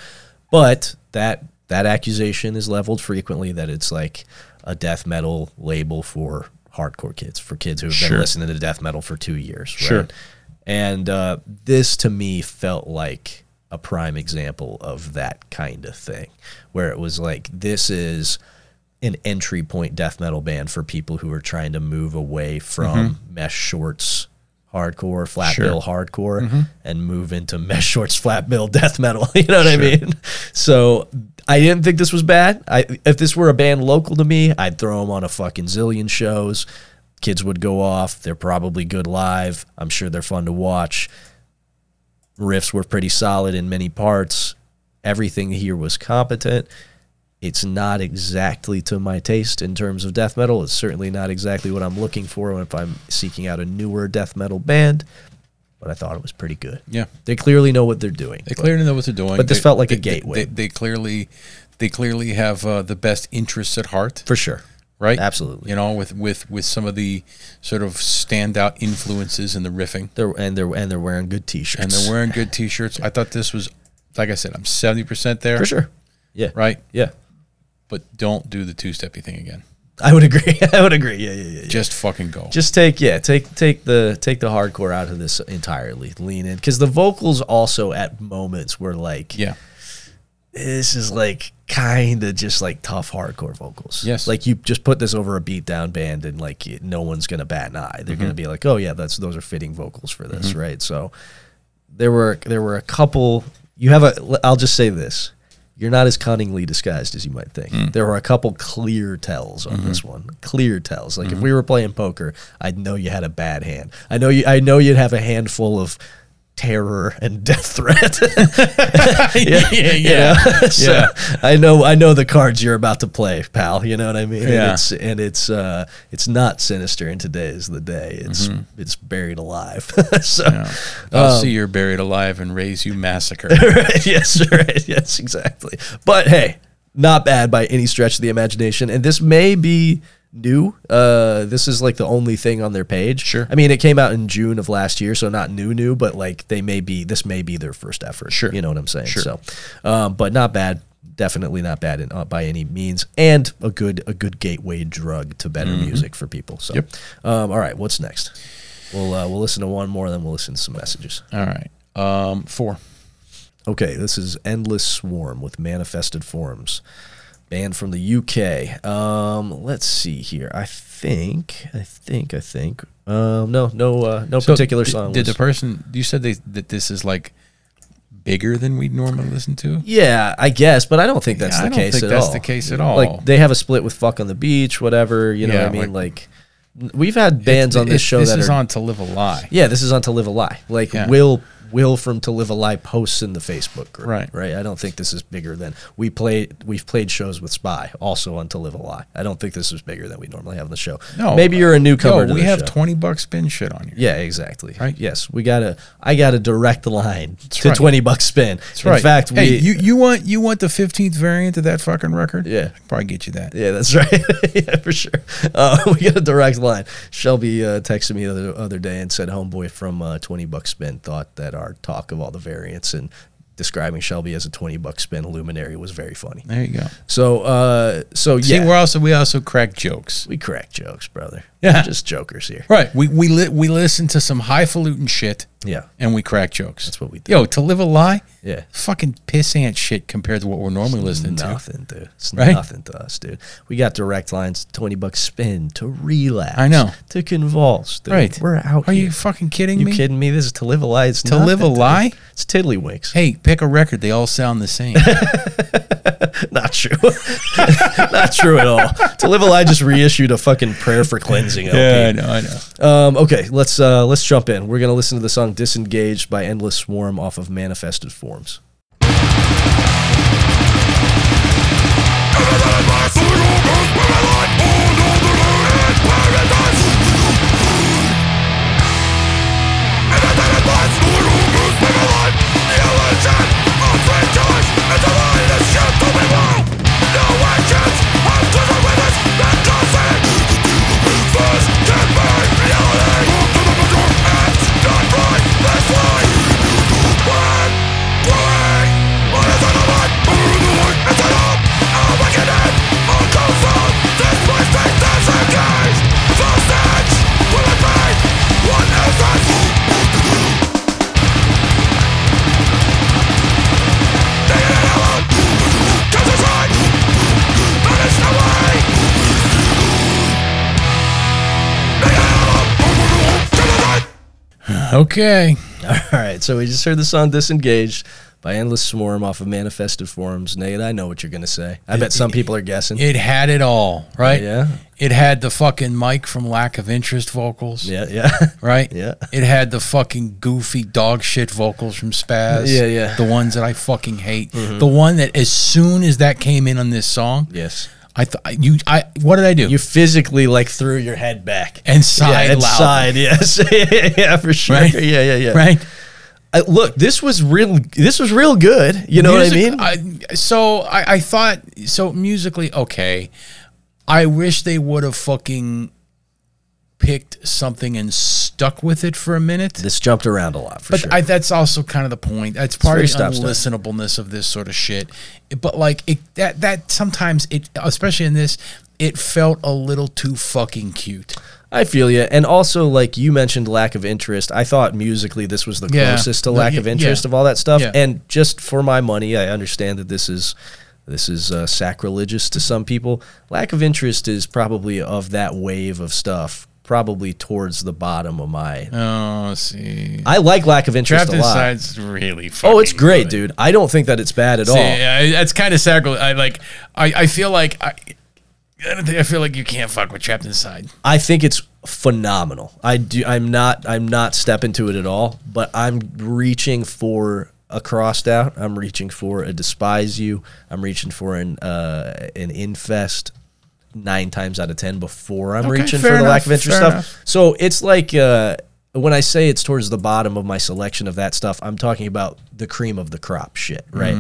Speaker 1: But that that accusation is leveled frequently that it's like a death metal label for hardcore kids, for kids who have been
Speaker 2: Sure.
Speaker 1: listening to death metal for two years.
Speaker 2: Sure.
Speaker 1: Right? And uh, this to me felt like a prime example of that kind of thing, where it was like, this is an entry point death metal band for people who are trying to move away from mesh shorts hardcore, flat
Speaker 2: Sure.
Speaker 1: bill hardcore, and move into mesh shorts, flat bill death metal. You know what I mean? So I didn't think this was bad. I if this were a band local to me, I'd throw them on a fucking zillion shows. Kids would go off. They're probably good live. I'm sure they're fun to watch. Riffs were pretty solid in many parts. Everything here was competent. It's not exactly to my taste in terms of death metal. It's certainly not exactly what I'm looking for if I'm seeking out a newer death metal band, but I thought it was pretty good.
Speaker 2: yeah.
Speaker 1: They clearly know what they're doing.
Speaker 2: They clearly know what they're doing.
Speaker 1: But this
Speaker 2: They-
Speaker 1: felt like a
Speaker 2: they- they-
Speaker 1: gateway.
Speaker 2: They, they clearly, they clearly have uh, the best interests at heart,
Speaker 1: for sure.
Speaker 2: right?
Speaker 1: absolutely.
Speaker 2: You know, with with with some of the sort of standout influences in the riffing,
Speaker 1: They're and they're and they're wearing good t-shirts.
Speaker 2: and they're wearing good T-shirts. I thought this was, like I said, I'm seventy percent there,
Speaker 1: for sure. Yeah.
Speaker 2: right?
Speaker 1: Yeah.
Speaker 2: But don't do the two-steppy thing again.
Speaker 1: I would agree. I would agree. Yeah, yeah, yeah. yeah.
Speaker 2: Just fucking go.
Speaker 1: Just take yeah, take take the take the hardcore out of this entirely. Lean in cuz the vocals also at moments were like
Speaker 2: yeah,
Speaker 1: this is like kind of just like tough hardcore vocals.
Speaker 2: Yes.
Speaker 1: Like you just put this over a beatdown band and like it- no one's going to bat an eye.
Speaker 2: Mm-hmm.
Speaker 1: They're going to be like, "Oh yeah, that's those are fitting vocals for this," right? So there were there were a couple you have a I'll just say this. You're not as cunningly disguised as you might think. There were a couple clear tells on this one. Clear tells. Like if we were playing poker, I'd know you had a bad hand. I know you I know you'd have a handful of terror and death threat. yeah, yeah, yeah. so
Speaker 2: Yeah.
Speaker 1: I know, I know the cards you're about to play, pal. You know what I mean? And
Speaker 2: Yeah.
Speaker 1: it's and it's uh, it's not sinister. And today is the day. It's it's buried alive. so Um,
Speaker 2: I'll see you're buried alive and raise you massacre.
Speaker 1: right, yes, right, yes, exactly. But hey, not bad by any stretch of the imagination. And this may be new. Uh, this is like the only thing on their page.
Speaker 2: Sure.
Speaker 1: I mean, it came out in June of last year, so not new, new, but like they may be. This may be their first effort.
Speaker 2: Sure.
Speaker 1: You know what I'm saying?
Speaker 2: Sure.
Speaker 1: So, um, but not bad. Definitely not bad in, uh, by any means, and a good a good gateway drug to better music for people. So,
Speaker 2: Mm-hmm. Yep.
Speaker 1: um, all right, what's next? We'll uh, we'll listen to one more, then we'll listen to some messages.
Speaker 2: All right, um, four.
Speaker 1: Okay, this is Endless Swarm with Manifested Forms. Band from the UK. Um, let's see here. I think, I think, I think. Um, no, no, uh, no
Speaker 2: So
Speaker 1: particular
Speaker 2: di-
Speaker 1: song.
Speaker 2: Did
Speaker 1: was-
Speaker 2: the person you said they, that this is like bigger than we would normally listen to?
Speaker 1: Yeah, I guess, but I don't think that's
Speaker 2: Yeah, I
Speaker 1: the
Speaker 2: don't
Speaker 1: case
Speaker 2: think
Speaker 1: at
Speaker 2: that's
Speaker 1: all. Mm-hmm.
Speaker 2: the case at all.
Speaker 1: Like they have a split with "Fuck on the Beach," whatever. You know what I
Speaker 2: Yeah,
Speaker 1: mean? Like, we've had bands
Speaker 2: It's-
Speaker 1: on this
Speaker 2: it's-
Speaker 1: show
Speaker 2: This
Speaker 1: that
Speaker 2: is
Speaker 1: are
Speaker 2: on to live a lie.
Speaker 1: yeah, this is on To Live a Lie. Like
Speaker 2: Yeah.
Speaker 1: Will Will from To Live a Lie posts in the Facebook group.
Speaker 2: Right.
Speaker 1: Right. I don't think this is bigger than we played we've played shows with Spy also on To Live a Lie. I don't think this is bigger than we normally have on the show. Maybe you're a newcomer
Speaker 2: No,
Speaker 1: to
Speaker 2: we
Speaker 1: the
Speaker 2: have
Speaker 1: show.
Speaker 2: twenty bucks spin shit on here.
Speaker 1: yeah, exactly.
Speaker 2: Right.
Speaker 1: Yes, we got a. I got a direct line to
Speaker 2: right.
Speaker 1: twenty bucks spin.
Speaker 2: That's
Speaker 1: In
Speaker 2: right.
Speaker 1: fact, we.
Speaker 2: hey, you, you want you want the fifteenth variant of that fucking record?
Speaker 1: Yeah.
Speaker 2: I can probably get you that.
Speaker 1: Yeah, that's right. yeah, for sure. Uh, we got a direct line. Shelby uh, texted me the other, other day and said, "Homeboy from uh, Twenty Bucks Spin thought that our talk of all the variants and describing Shelby as a Twenty Bucks Spin luminary was very funny."
Speaker 2: There you go.
Speaker 1: So, uh, so
Speaker 2: See,
Speaker 1: yeah,
Speaker 2: we're also we also crack jokes.
Speaker 1: we crack jokes, brother.
Speaker 2: Yeah.
Speaker 1: We're just jokers here.
Speaker 2: Right. We we li- we listen to some highfalutin shit
Speaker 1: Yeah,
Speaker 2: and we crack jokes.
Speaker 1: That's what we do.
Speaker 2: Yo, to live a lie?
Speaker 1: yeah.
Speaker 2: Fucking pissant shit compared to what we're normally listening to.
Speaker 1: Nothing, dude. It's
Speaker 2: Right?
Speaker 1: nothing to us, dude. We got direct lines, twenty bucks spin to relapse.
Speaker 2: I know.
Speaker 1: to convulse. Dude.
Speaker 2: Right.
Speaker 1: we're out.
Speaker 2: Are
Speaker 1: here.
Speaker 2: you fucking kidding
Speaker 1: You
Speaker 2: me?
Speaker 1: kidding me? This is to live a lie. It's
Speaker 2: To live
Speaker 1: nothing,
Speaker 2: a
Speaker 1: dude.
Speaker 2: lie?
Speaker 1: It's tiddlywinks.
Speaker 2: Hey, pick a record. They all sound the same.
Speaker 1: Not true. Not true at all. To live a lie just reissued a fucking prayer for cleansing. LP.
Speaker 2: know. I know.
Speaker 1: Um, okay, let's uh, let's jump in. We're gonna listen to the song "Disengaged" by Endless Swarm off of Manifested Forms.
Speaker 2: Okay.
Speaker 1: All right, so we just heard the song "Disengaged" by Endless Swarm off of Manifested Forms. Nate, I know what you're gonna say. I bet some people are guessing.
Speaker 2: It had it all, right?
Speaker 1: Yeah.
Speaker 2: It had the fucking Mike from Lack of Interest vocals,
Speaker 1: Yeah, yeah,
Speaker 2: right?
Speaker 1: Yeah.
Speaker 2: It had the fucking goofy dog shit vocals from Spaz.
Speaker 1: Yeah, yeah. Mm-hmm.
Speaker 2: The ones that I fucking hate. The one that as soon as that came in on this song,
Speaker 1: yes.
Speaker 2: I thought you I what did I do?
Speaker 1: You physically like threw your head back
Speaker 2: and sighed
Speaker 1: yeah, and
Speaker 2: loud.
Speaker 1: sighed. Yes, yeah, yeah, for sure.
Speaker 2: Right?
Speaker 1: Yeah, yeah, yeah.
Speaker 2: Right?
Speaker 1: I, look, this was real. This was real good. You know what I mean?
Speaker 2: I mean? so I, I thought so musically okay. I wish they would have fucking picked something and stuck with it for a minute.
Speaker 1: this jumped around a lot for
Speaker 2: but
Speaker 1: sure.
Speaker 2: I, that's also kind of the point. That's part
Speaker 1: very
Speaker 2: of the
Speaker 1: stop start.
Speaker 2: unlistenableness of this sort of shit. It- But like it, that that sometimes it, especially in this, it felt a little too fucking cute.
Speaker 1: I feel you. And also, like you mentioned, lack of interest. I thought musically this was the
Speaker 2: Yeah.
Speaker 1: closest to
Speaker 2: No,
Speaker 1: lack
Speaker 2: y-
Speaker 1: of interest
Speaker 2: yeah.
Speaker 1: of all that stuff.
Speaker 2: Yeah.
Speaker 1: And just for my money, I understand that this is this is uh, sacrilegious to some people. Lack of interest is probably of that wave of stuff, probably towards the bottom of my.
Speaker 2: Oh, see,
Speaker 1: I like lack of interest a lot.
Speaker 2: Side's really.
Speaker 1: Oh, it's great, dude. I don't think that it's bad at all.
Speaker 2: Yeah, I- that's kind of sacrilege. I like. I, I feel like I. I don't think I feel like you can't fuck with trapped inside.
Speaker 1: I think it's phenomenal. I do. I'm not. I'm not stepping to it at all. But I'm reaching for a crossed out. I'm reaching for a despise you. I'm reaching for an uh, an infest. Nine times out of ten before I'm
Speaker 2: Okay,
Speaker 1: reaching for the
Speaker 2: fair
Speaker 1: lack
Speaker 2: enough,
Speaker 1: of interest
Speaker 2: fair
Speaker 1: stuff.
Speaker 2: enough.
Speaker 1: So it's like uh, when I say it's towards the bottom of my selection of that stuff, I'm talking about the cream of the crop shit, right?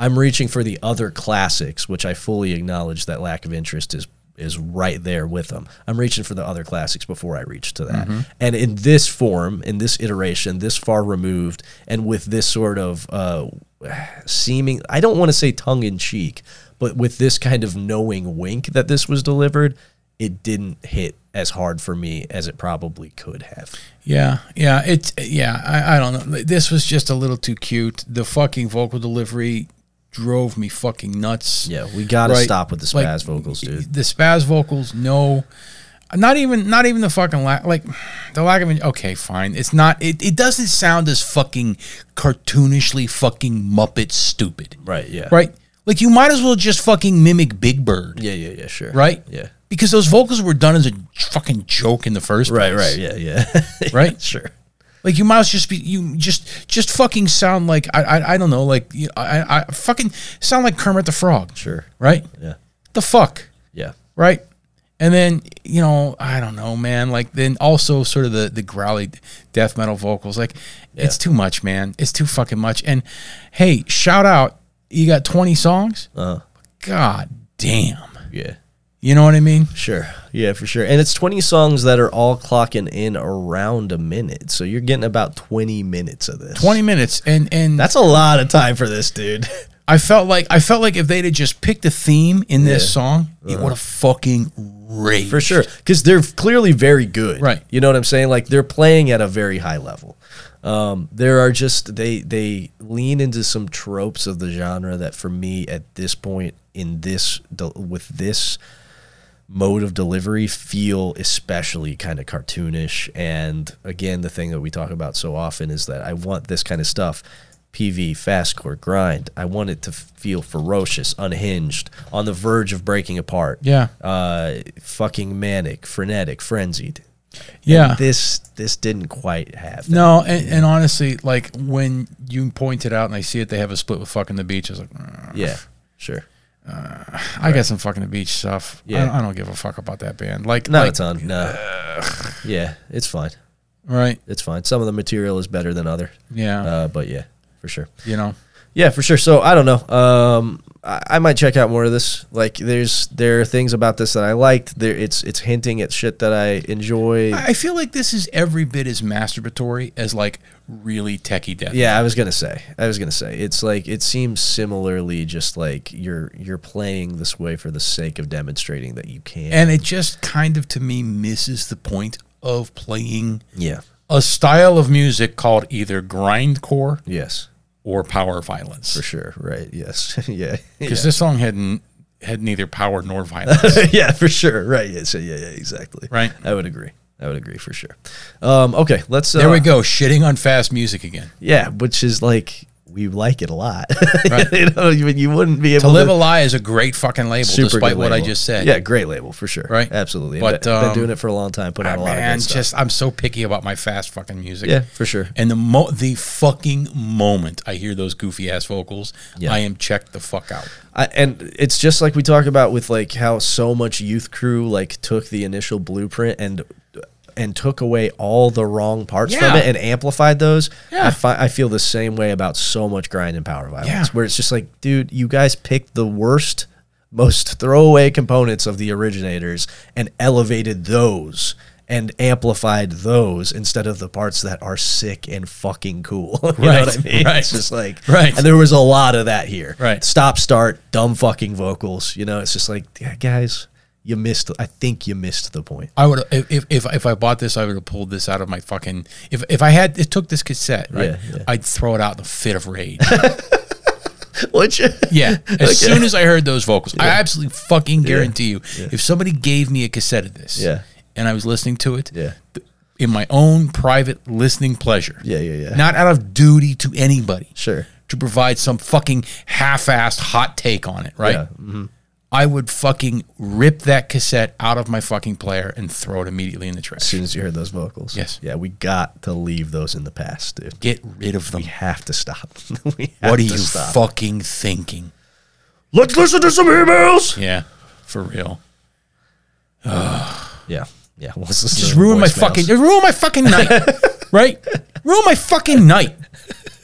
Speaker 1: I'm reaching for the other classics, which I fully acknowledge that lack of interest is is right there with them. I'm reaching for the other classics before I reach to that. And in this form, in this iteration, this far removed, and with this sort of uh, seeming, I don't want to say tongue in cheek, but with this kind of knowing wink that this was delivered, it didn't hit as hard for me as it probably could have.
Speaker 2: Yeah, yeah, it's yeah. I, I don't know. This was just a little too cute. The fucking vocal delivery drove me fucking nuts.
Speaker 1: Yeah, we gotta
Speaker 2: Right.
Speaker 1: stop with the spaz
Speaker 2: Like,
Speaker 1: vocals, dude.
Speaker 2: The spaz vocals, no. Not even, not even the fucking lack, like the lack of. Okay, fine. It's not. It, it doesn't sound as fucking cartoonishly fucking Muppet stupid.
Speaker 1: Right, yeah.
Speaker 2: Right. Like you might as well just fucking mimic Big Bird.
Speaker 1: Yeah, yeah, yeah, sure.
Speaker 2: Right.
Speaker 1: Yeah.
Speaker 2: Because those vocals were done as a fucking joke in the first
Speaker 1: Right,
Speaker 2: place.
Speaker 1: right, yeah, yeah.
Speaker 2: Right?
Speaker 1: sure.
Speaker 2: Like you might as well just be you just just fucking sound like I I, I don't know like you, I I fucking sound like Kermit the Frog.
Speaker 1: Sure.
Speaker 2: Right.
Speaker 1: Yeah.
Speaker 2: The fuck.
Speaker 1: Yeah.
Speaker 2: right? And then you know, I don't know, man. Like then also sort of the the growly death metal vocals. Like it's too much, man. It's too fucking much. And hey, shout out, you got twenty songs.
Speaker 1: Uh-huh.
Speaker 2: God damn,
Speaker 1: Yeah.
Speaker 2: you know what I mean?
Speaker 1: Sure. Yeah, for sure. And it's 20 songs that are all clocking in around a minute. So you're getting about 20 minutes of this.
Speaker 2: Twenty minutes, and and
Speaker 1: That's a lot of time for this, dude.
Speaker 2: I felt like I felt like if they'd have just picked a theme in this
Speaker 1: Yeah. Uh-huh.
Speaker 2: song, it would have fucking raged
Speaker 1: For sure. Because they're clearly very good.
Speaker 2: Right.
Speaker 1: You know what I'm saying? Like they're playing at a very high level. Um, there are just they they lean into some tropes of the genre that for me at this point in this del- with this mode of delivery feel especially kind of cartoonish and again the thing that we talk about so often is that i want this kind of stuff pv fastcore grind i want it to feel ferocious unhinged on the verge of breaking apart
Speaker 2: Yeah.
Speaker 1: uh fucking manic frenetic frenzied
Speaker 2: Yeah,
Speaker 1: And this this didn't quite have that.
Speaker 2: Uh. No, and, and honestly, like when you pointed out and I see it, they have a split with fucking the beach. I was like, "Ugh,
Speaker 1: yeah sure
Speaker 2: I got some fucking the beach stuff.
Speaker 1: Yeah.
Speaker 2: I, don't, I don't give a fuck about that band. Like,
Speaker 1: not
Speaker 2: like,
Speaker 1: a ton no yeah it's fine
Speaker 2: right?
Speaker 1: it's fine some of the material is better than other
Speaker 2: Yeah,
Speaker 1: uh but yeah for sure
Speaker 2: you know,
Speaker 1: Yeah, for sure. So I don't know. Um, I, I might check out more of this. Like, there's there are things about this that I liked. There, it's it's hinting at shit that I enjoy.
Speaker 2: I I feel like this is every bit as masturbatory as like really techie death.
Speaker 1: yeah, I was gonna say. I was gonna say. It's like it seems similarly, just like you're you're playing this way for the sake of demonstrating that you can.
Speaker 2: and it just kind of to me misses the point of playing
Speaker 1: yeah.
Speaker 2: a style of music called either grindcore
Speaker 1: Yes.
Speaker 2: or power violence.
Speaker 1: For sure. Right. Yes. yeah.
Speaker 2: Because
Speaker 1: Yeah.
Speaker 2: this song had n- had neither power nor violence.
Speaker 1: yeah. For sure. Right. Yeah. So yeah. Yeah. Exactly.
Speaker 2: Right.
Speaker 1: I would agree. I would agree for sure. Um, okay. Let's.
Speaker 2: there
Speaker 1: uh,
Speaker 2: we go, shitting on fast music again.
Speaker 1: Yeah, which is like we like it a lot.
Speaker 2: Right.
Speaker 1: you know, you, you wouldn't be able
Speaker 2: To Live a Lie is a great fucking label,
Speaker 1: super
Speaker 2: despite
Speaker 1: good
Speaker 2: what I
Speaker 1: label.
Speaker 2: just said.
Speaker 1: Yeah, great label for sure.
Speaker 2: Right.
Speaker 1: absolutely. But
Speaker 2: But,
Speaker 1: been, been
Speaker 2: um,
Speaker 1: doing it for a long time. Put out a lot
Speaker 2: man,
Speaker 1: of good stuff.
Speaker 2: just I'm so picky about my fast fucking music.
Speaker 1: yeah, for sure.
Speaker 2: And the mo- the fucking moment I hear those goofy ass vocals,
Speaker 1: Yeah.
Speaker 2: I am checked the fuck out.
Speaker 1: I, and it's just like we talk about with like how so much youth crew like took the initial blueprint and and took away all the wrong parts from
Speaker 2: Yeah.
Speaker 1: it and amplified those. I,
Speaker 2: Yeah.
Speaker 1: fi- I feel the same way about so much grind and power violence,
Speaker 2: Yeah.
Speaker 1: where it's just like, dude, you guys picked the worst, most throwaway components of the originators and elevated those. And amplified those instead of the parts that are sick and fucking cool. you know what I
Speaker 2: Right,
Speaker 1: mean?
Speaker 2: right.
Speaker 1: It's just like,
Speaker 2: Right.
Speaker 1: And there was a lot of that here
Speaker 2: Right.
Speaker 1: stop start dumb fucking vocals you know it's just like yeah, guys you missed i think you missed the point
Speaker 2: I would if if if, if I bought this, I would have pulled this out of my fucking. If if I had it took this cassette, right,
Speaker 1: Yeah, yeah.
Speaker 2: I'd throw it out in a fit of rage.
Speaker 1: would you
Speaker 2: yeah, as soon as I heard those vocals, I absolutely fucking guarantee you, if somebody gave me a cassette of this,
Speaker 1: Yeah.
Speaker 2: and I was listening to it,
Speaker 1: yeah
Speaker 2: in my own private listening pleasure.
Speaker 1: Yeah, yeah, yeah.
Speaker 2: Not out of duty to anybody.
Speaker 1: Sure.
Speaker 2: To provide some fucking half-assed hot take on it, right?
Speaker 1: Yeah, mm-hmm.
Speaker 2: I would fucking rip that cassette out of my fucking player and throw it immediately in the trash.
Speaker 1: as soon as you heard those vocals
Speaker 2: Yes.
Speaker 1: yeah we got to leave those in the past dude
Speaker 2: Get rid of them.
Speaker 1: we have to stop we have
Speaker 2: What are
Speaker 1: to
Speaker 2: you
Speaker 1: stop.
Speaker 2: fucking thinking?
Speaker 1: let's listen to some emails
Speaker 2: Yeah, for real.
Speaker 1: yeah yeah well, let's listen
Speaker 2: Just
Speaker 1: to
Speaker 2: ruin my
Speaker 1: voicemails.
Speaker 2: fucking. Ruin my fucking night, right? Ruin my fucking night.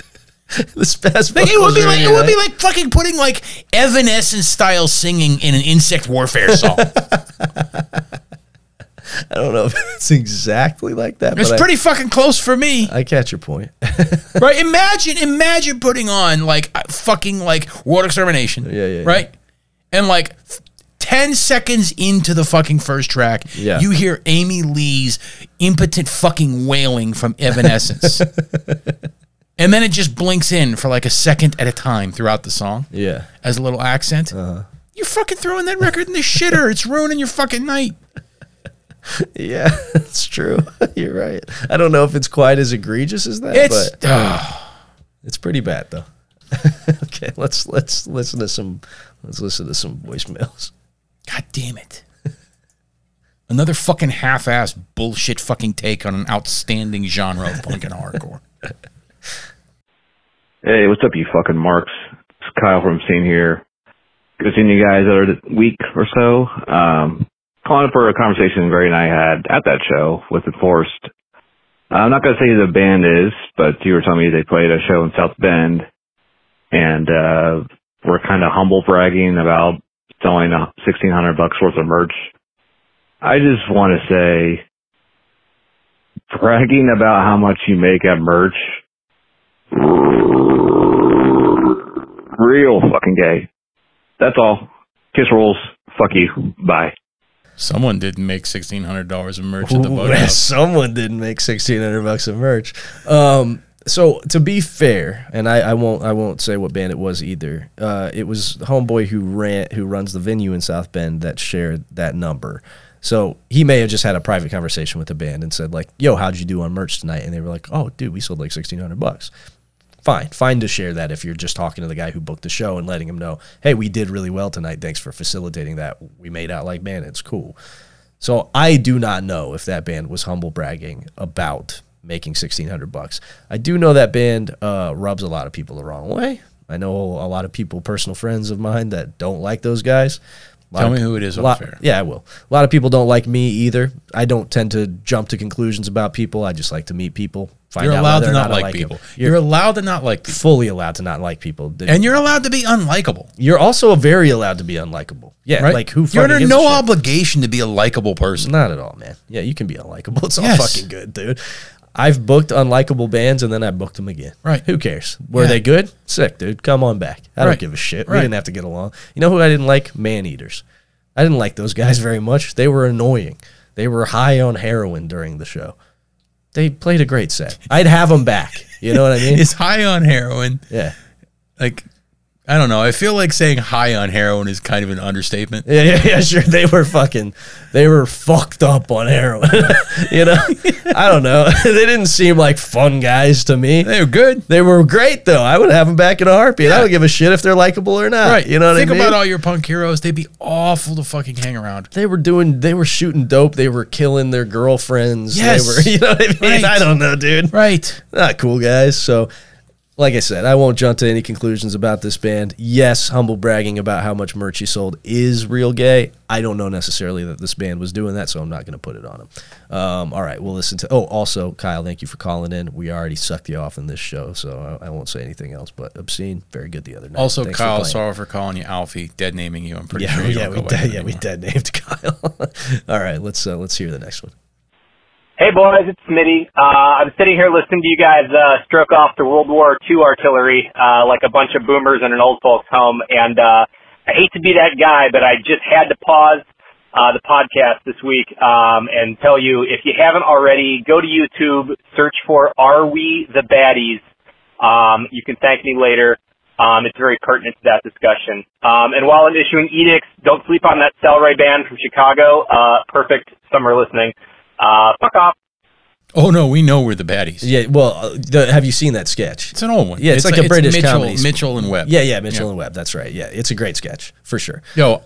Speaker 1: this past
Speaker 2: Like, it would be like it would be like fucking putting like Evanescence style singing in an insect warfare song.
Speaker 1: i don't know if it's exactly like that
Speaker 2: It's
Speaker 1: but I-
Speaker 2: pretty fucking close for me,
Speaker 1: I catch your point
Speaker 2: right? Imagine, imagine putting on like uh, fucking like world extermination,
Speaker 1: Yeah, yeah, yeah.
Speaker 2: right? And like ten seconds into the fucking first track,
Speaker 1: Yeah.
Speaker 2: you hear Amy Lee's impotent fucking wailing from Evanescence. And then it just blinks in for like a second at a time throughout the song
Speaker 1: Yeah.
Speaker 2: as a little accent.
Speaker 1: Uh-huh.
Speaker 2: You're fucking throwing that record in the shitter. It's ruining your fucking night.
Speaker 1: Yeah, that's true. You're right. I don't know if it's quite as egregious as that,
Speaker 2: It's
Speaker 1: Uh, but
Speaker 2: ah,
Speaker 1: it's pretty bad though. okay, let's let's listen to some let's listen to some voicemails.
Speaker 2: God damn it. Another fucking half-ass bullshit fucking take on an outstanding genre of punk and hardcore.
Speaker 6: Hey, what's up, you fucking marks? It's Kyle from Scene here. Good seeing you guys the other week or so. Um, calling for a conversation Gary and I had at that show with Enforced. I'm not going to say who the band is, but you were telling me they played a show in South Bend, and uh, we're kind of humble bragging about selling a 1600 bucks worth of merch. I just want to say, bragging about how much you make at merch real fucking gay. That's all. Kiss rolls. Fuck you. Bye.
Speaker 2: Someone didn't make sixteen hundred dollars of merch at the
Speaker 1: Ooh,
Speaker 2: boathouse.
Speaker 1: someone didn't make sixteen hundred bucks of merch. Um, so to be fair, and I, I won't I won't say what band it was either. Uh, it was the homeboy who ran who runs the venue in South Bend that shared that number. So he may have just had a private conversation with the band and said like, "Yo, how'd you do on merch tonight?" And they were like, "Oh, dude, we sold like sixteen hundred bucks." Fine, fine to share that if you're just talking to the guy who booked the show and letting him know, "Hey, we did really well tonight. Thanks for facilitating that. We made out like bandits. Cool." So I do not know if that band was humble bragging about making sixteen hundred bucks. I do know that band uh, rubs a lot of people the wrong way. I know a lot of people, personal friends of mine, that don't like those guys. A lot
Speaker 2: Tell
Speaker 1: of
Speaker 2: me
Speaker 1: pe-
Speaker 2: who it is
Speaker 1: a
Speaker 2: off
Speaker 1: lot-
Speaker 2: air.
Speaker 1: Yeah, I will. A lot of people don't like me either. I don't tend to jump to conclusions about people. I just like to meet people. Find
Speaker 2: You're
Speaker 1: out
Speaker 2: allowed
Speaker 1: whether
Speaker 2: to
Speaker 1: or
Speaker 2: not
Speaker 1: I
Speaker 2: like,
Speaker 1: 'em.
Speaker 2: people. You're,
Speaker 1: You're,
Speaker 2: allowed to not like people.
Speaker 1: fully allowed to not like people.
Speaker 2: And you're allowed to be unlikable.
Speaker 1: you're also very allowed to be unlikable. Yeah,
Speaker 2: Right?
Speaker 1: like who?
Speaker 2: You're
Speaker 1: fucking
Speaker 2: under
Speaker 1: gives a
Speaker 2: no
Speaker 1: shit?
Speaker 2: obligation to be a likable person.
Speaker 1: Not at all, man. Yeah, you can be unlikable. It's all
Speaker 2: Yes.
Speaker 1: fucking good, dude. I've booked unlikable bands and then I booked them again.
Speaker 2: Right.
Speaker 1: Who cares? Were
Speaker 2: Yeah.
Speaker 1: they good? Sick, dude. Come on back. I
Speaker 2: Right.
Speaker 1: don't give a shit.
Speaker 2: Right.
Speaker 1: We didn't have to get along. You know who I didn't like? Man eaters. I didn't like those guys very much. They were annoying. They were high on heroin during the show. They played a great set. I'd have them back. You know what I mean?
Speaker 2: Is high on heroin
Speaker 1: yeah.
Speaker 2: like I don't know. I feel like saying high on heroin is kind of an understatement.
Speaker 1: Yeah, yeah, yeah, sure. They were fucking, they were fucked up on heroin. you know, I don't know. they didn't seem like fun guys to me.
Speaker 2: They were good.
Speaker 1: They were great though. I would have them back in a heartbeat. I don't give a shit if they're likable or not.
Speaker 2: Right.
Speaker 1: You know what I
Speaker 2: Think
Speaker 1: mean?
Speaker 2: about all your punk heroes. They'd be awful to fucking hang around.
Speaker 1: they were doing. They were shooting dope. They were killing their girlfriends.
Speaker 2: Yes.
Speaker 1: They were, you know what I mean?
Speaker 2: Right.
Speaker 1: I don't know, dude.
Speaker 2: Right.
Speaker 1: Not Ah, cool guys. So, like I said, I won't jump to any conclusions about this band. Yes, humble bragging about how much merch you sold is real gay. I don't know necessarily that this band was doing that, so I'm not going to put it on them. Um, all right, we'll listen to. Oh, also, Kyle, thank you for calling in. We already sucked you off in this show, so I, I won't say anything else. But obscene, very good the other night.
Speaker 2: Also,
Speaker 1: Thanks for
Speaker 2: Kyle,
Speaker 1: playing.
Speaker 2: sorry for calling you Alfie, dead naming you. I'm pretty
Speaker 1: Yeah,
Speaker 2: sure you
Speaker 1: yeah,
Speaker 2: don't
Speaker 1: we
Speaker 2: go by
Speaker 1: dead,
Speaker 2: that
Speaker 1: yeah, we
Speaker 2: anymore.
Speaker 1: dead named Kyle. All right, let's uh, let's hear the next one.
Speaker 7: Hey boys, it's Smitty. Uh, I'm sitting here listening to you guys uh, stroke off the World War II artillery uh, like a bunch of boomers in an old folks' home, and uh, I hate to be that guy, but I just had to pause uh, the podcast this week um, and tell you if you haven't already, go to YouTube, search for "Are We the Baddies." Um, you can thank me later. Um, it's very pertinent to that discussion. Um, and while I'm issuing edicts, don't sleep on that Cellray band from Chicago. Uh, perfect summer listening. Uh, fuck off.
Speaker 2: Oh no, we know we're the baddies.
Speaker 1: Yeah, well, uh, the, have you seen that sketch?
Speaker 2: It's an old one.
Speaker 1: Yeah, it's like a British
Speaker 2: Mitchell,
Speaker 1: comedy sketch.
Speaker 2: Mitchell and Webb.
Speaker 1: Yeah, yeah, Mitchell and Webb. That's right. Yeah, it's a great sketch for sure.
Speaker 2: Yo,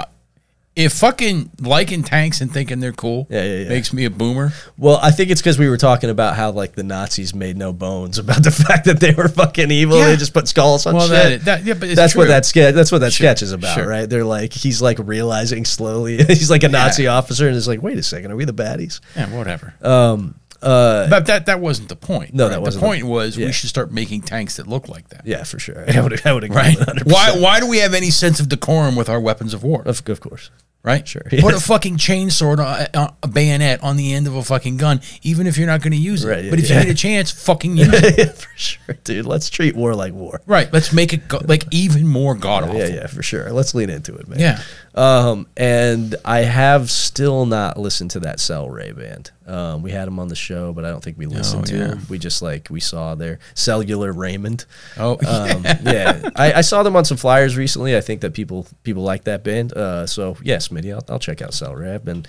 Speaker 2: if fucking liking tanks and thinking they're cool
Speaker 1: Yeah, yeah, yeah.
Speaker 2: makes me a boomer,
Speaker 1: Well, I think it's because we were talking about how like the Nazis made no bones about the fact that they were fucking evil.
Speaker 2: Yeah.
Speaker 1: They just put skulls on
Speaker 2: Well, that-
Speaker 1: shit.
Speaker 2: that- yeah, but it's
Speaker 1: that's
Speaker 2: true.
Speaker 1: what that sketch. That's what that
Speaker 2: Sure,
Speaker 1: sketch is about,
Speaker 2: sure.
Speaker 1: right? They're like he's like realizing slowly. he's like a Nazi officer, and it's like, wait a second, are we the baddies?
Speaker 2: yeah, whatever. Um, but that that wasn't the point.
Speaker 1: uh, No, that wasn't
Speaker 2: The
Speaker 1: the-
Speaker 2: point was
Speaker 1: yeah.
Speaker 2: we should start making tanks that look like that.
Speaker 1: Yeah, for sure. I would. I would agree.
Speaker 2: Right?
Speaker 1: 100%.
Speaker 2: Why why do we have any sense of decorum with our weapons of war?
Speaker 1: Of, of course.
Speaker 2: right?
Speaker 1: Sure,
Speaker 2: Put a
Speaker 1: yes.
Speaker 2: fucking chainsaw, to- uh, a, a bayonet on the end of a fucking gun, even if you're not going to use it.
Speaker 1: Right, yeah,
Speaker 2: but if
Speaker 1: yeah.
Speaker 2: you need a chance, fucking use it.
Speaker 1: yeah, for sure, dude. Let's treat war like war.
Speaker 2: Right. Let's make it go, like even more god awful.
Speaker 1: Yeah, yeah, for sure. Let's lean into it, man.
Speaker 2: Yeah.
Speaker 1: Um, and I have still not listened to that Cell Ray band. Um, we had him on the show, but I don't think we listened to
Speaker 2: Oh, yeah.
Speaker 1: him. We just like we saw their cellular Raymond.
Speaker 2: Oh,
Speaker 1: Um, yeah, I, I saw them on some flyers recently. I think that people people like that band. Uh, so yes, Mitty, I'll, I'll check out Celery. I've been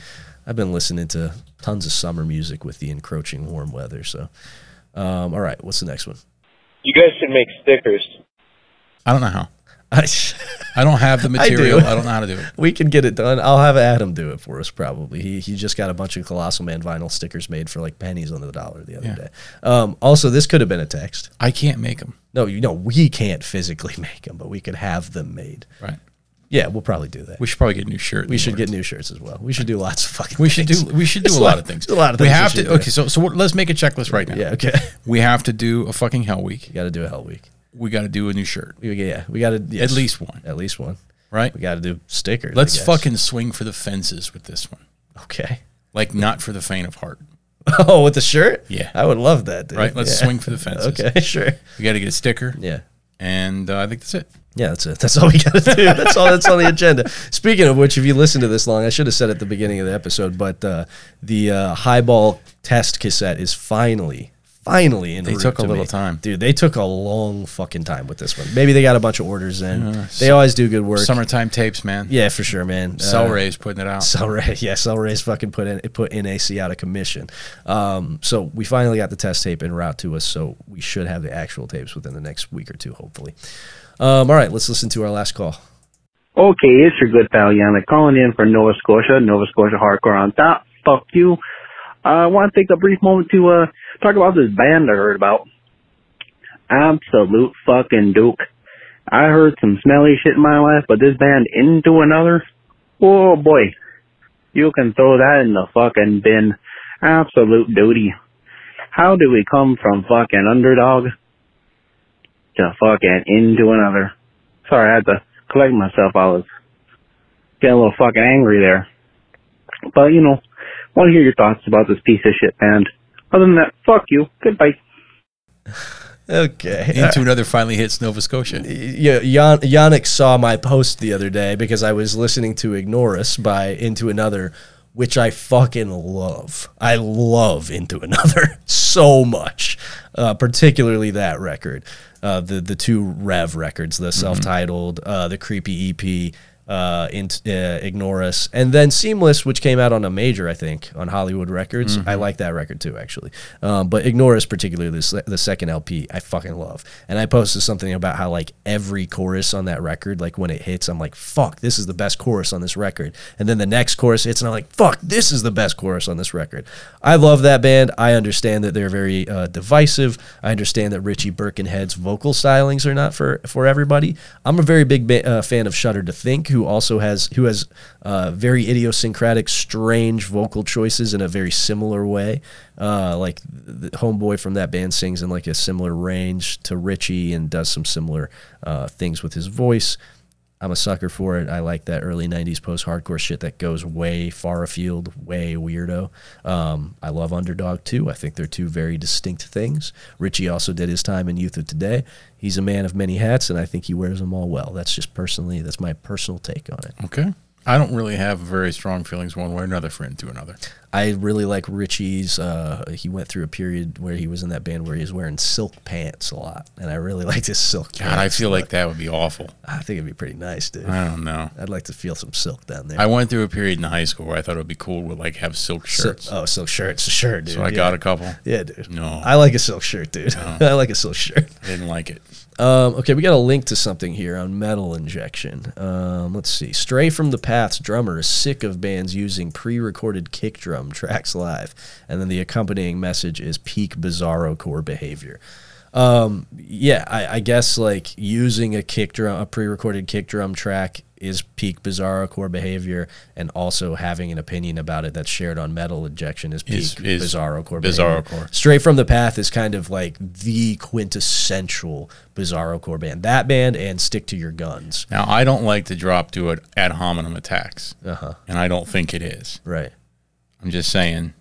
Speaker 1: I've been listening to tons of summer music with the encroaching warm weather. So um, all right, what's the next one?
Speaker 8: You guys should make stickers.
Speaker 2: I don't know how.
Speaker 1: I,
Speaker 2: I don't have the
Speaker 1: I do.
Speaker 2: material. I, don't know how to do it.
Speaker 1: we can get it done. I'll have Adam do it for us probably. He he just got a bunch of Colossal Man vinyl stickers made for like pennies on the dollar the other
Speaker 2: Yeah.
Speaker 1: day. Um, also, this could have been a text.
Speaker 2: I can't make them.
Speaker 1: No, you know we can't physically make them, but we could have them made.
Speaker 2: Right.
Speaker 1: Yeah, we'll probably do that.
Speaker 2: We should probably get a new shirt.
Speaker 1: We should get new shirts as well. We should do lots of fucking.
Speaker 2: We should
Speaker 1: things.
Speaker 2: do. We should do
Speaker 1: There's
Speaker 2: a lot of things.
Speaker 1: A lot of things.
Speaker 2: We have
Speaker 1: should
Speaker 2: to.
Speaker 1: do.
Speaker 2: Okay. So so what, let's make a checklist right now.
Speaker 1: Yeah. Okay.
Speaker 2: We have to do a fucking hell week.
Speaker 1: got to do a hell week.
Speaker 2: We got to do a new shirt.
Speaker 1: We, yeah. We got to
Speaker 2: At least one.
Speaker 1: At least one.
Speaker 2: Right.
Speaker 1: We got to do stickers. I
Speaker 2: Let's
Speaker 1: guess.
Speaker 2: fucking swing for the fences with this one.
Speaker 1: Okay.
Speaker 2: Like not for the faint of heart.
Speaker 1: Oh, with the shirt.
Speaker 2: Yeah.
Speaker 1: I would love that. Dude.
Speaker 2: Right. Let's
Speaker 1: Yeah.
Speaker 2: swing for the fences.
Speaker 1: Okay. Sure.
Speaker 2: We got to get a sticker.
Speaker 1: Yeah.
Speaker 2: And uh, I think that's it.
Speaker 1: Yeah, that's it. That's all we got to do. That's all that's on the agenda. Speaking of which, if you listen to this long, I should have said at the beginning of the episode, but uh, the uh, highball test cassette is finally, finally in
Speaker 2: They took a little time.
Speaker 1: Dude, they took a long fucking time with this one. Maybe they got a bunch of orders in. they always do good work.
Speaker 2: Summertime tapes, man.
Speaker 1: Yeah, for sure, man.
Speaker 2: Cell
Speaker 1: Uh,
Speaker 2: Ray's putting it out.
Speaker 1: Cell Ray, yeah, Cell Ray's fucking put in put NAC out of commission. Um, so we finally got the test tape en route to us, so we should have the actual tapes within the next week or two, hopefully. Um, all right, let's listen to our last call.
Speaker 9: Okay, it's your good pal Yannick calling in for Nova Scotia, Nova Scotia Hardcore on top. Fuck you. I want to take a brief moment to uh talk about this band I heard about. Absolute fucking duke. I heard some smelly shit in my life, but this band into another? Oh boy. You can throw that in the fucking bin. Absolute duty. How do we come from fucking underdog to fucking into another? Sorry, I had to collect myself. I was getting a little fucking angry there. But, you know, want to hear your thoughts about this piece of shit band. Other than that, fuck you. Goodbye.
Speaker 1: Okay.
Speaker 2: Into another finally hits Nova Scotia.
Speaker 1: yeah, Yan- Yannick saw my post the other day because I was listening to Ignore Us by Into Another, which I fucking love. I love Into Another so much, uh, particularly that record, uh, the the two Rev records, the self titled, uh, the creepy EP. Uh, in, uh, Ignore Us, and then Seamless, which came out on a major, I think, on Hollywood Records. I like that record too, actually. Um, but Ignore Us, particularly the, se- the second LP, I fucking love. And I posted something about how like every chorus on that record, like when it hits, I'm like, fuck, this is the best chorus on this record. And then the next chorus hits, and I'm like, fuck, this is the best chorus on this record. I love that band. I understand that they're very uh, divisive. I understand that Richie Birkenhead's vocal stylings are not for for everybody. I'm a very big ba- uh, fan of Shudder to Think, who also has who has uh, very idiosyncratic, strange vocal choices in a very similar way. Uh, like the homeboy from that band sings in like a similar range to Richie and does some similar uh, things with his voice. I'm a sucker for it. I like that early '90s post-hardcore shit that goes way far afield, way weirdo. Um, I love Underdog too. I think they're two very distinct things. Richie also did his time in Youth of Today. He's a man of many hats, and I think he wears them all well. That's just personally, that's my personal take on it.
Speaker 2: Okay. I don't really have very strong feelings one way or another for Into Another.
Speaker 1: I really like Richie's. Uh, he went through a period where he was in that band where he was wearing silk pants a lot, and I really liked his silk.
Speaker 2: God, I
Speaker 1: pants.
Speaker 2: feel like that would be awful.
Speaker 1: I think it'd be pretty nice, dude.
Speaker 2: I don't know.
Speaker 1: I'd like to feel some silk down there.
Speaker 2: I went through a period in high school where I thought it would be cool to like have silk
Speaker 1: Sil-
Speaker 2: shirts. So,
Speaker 1: oh, silk shirts, sure, dude.
Speaker 2: I
Speaker 1: yeah.
Speaker 2: got a couple.
Speaker 1: Yeah, dude.
Speaker 2: No.
Speaker 1: I like a silk shirt, dude. I like a silk shirt.
Speaker 2: I didn't like it.
Speaker 1: Um, okay, we got a link to something here on metal injection. Um, let's see. Stray from the Path's drummer is sick of bands using pre recorded kick drum tracks live. And then the accompanying message is peak bizarro core behavior. Um, yeah, I, I guess like using a kick drum, a pre recorded kick drum track is peak bizarro core behavior. And also having an opinion about it that's shared on metal injection is peak
Speaker 2: Is- is
Speaker 1: bizarro core
Speaker 2: bizarro
Speaker 1: behavior.
Speaker 2: core.
Speaker 1: Straight from the Path is kind of like the quintessential bizarro core band. That band and Stick to Your Guns.
Speaker 2: Now, I don't like to drop to it ad hominem attacks,
Speaker 1: Uh-huh.
Speaker 2: and I don't think it is.
Speaker 1: Right.
Speaker 2: I'm just saying,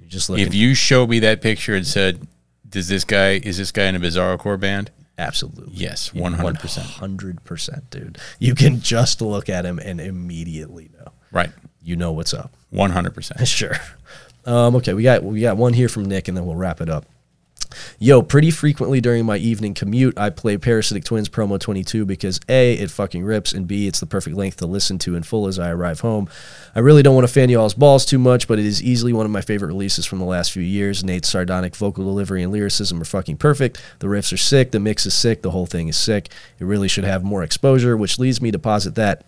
Speaker 1: You're just looking
Speaker 2: if you show me that picture and said, "Does this guy is this guy in a Bizarro Core band?"
Speaker 1: absolutely.
Speaker 2: Yes, 100. percent
Speaker 1: 100%, dude. You can just look at him and immediately know.
Speaker 2: Right,
Speaker 1: You know what's up.
Speaker 2: 100. percent
Speaker 1: Sure. Um, okay, we got we got one here from Nick, and then we'll wrap it up. Yo, pretty frequently during my evening commute, I play Parasitic Twins promo 22 because A, it fucking rips, and B, it's the perfect length to listen to in full as I arrive home. I really don't want to fan y'all's balls too much, but it is easily one of my favorite releases from the last few years. Nate's sardonic vocal delivery and lyricism are fucking perfect. The riffs are sick, the mix is sick, the whole thing is sick. It really should have more exposure, which leads me to posit that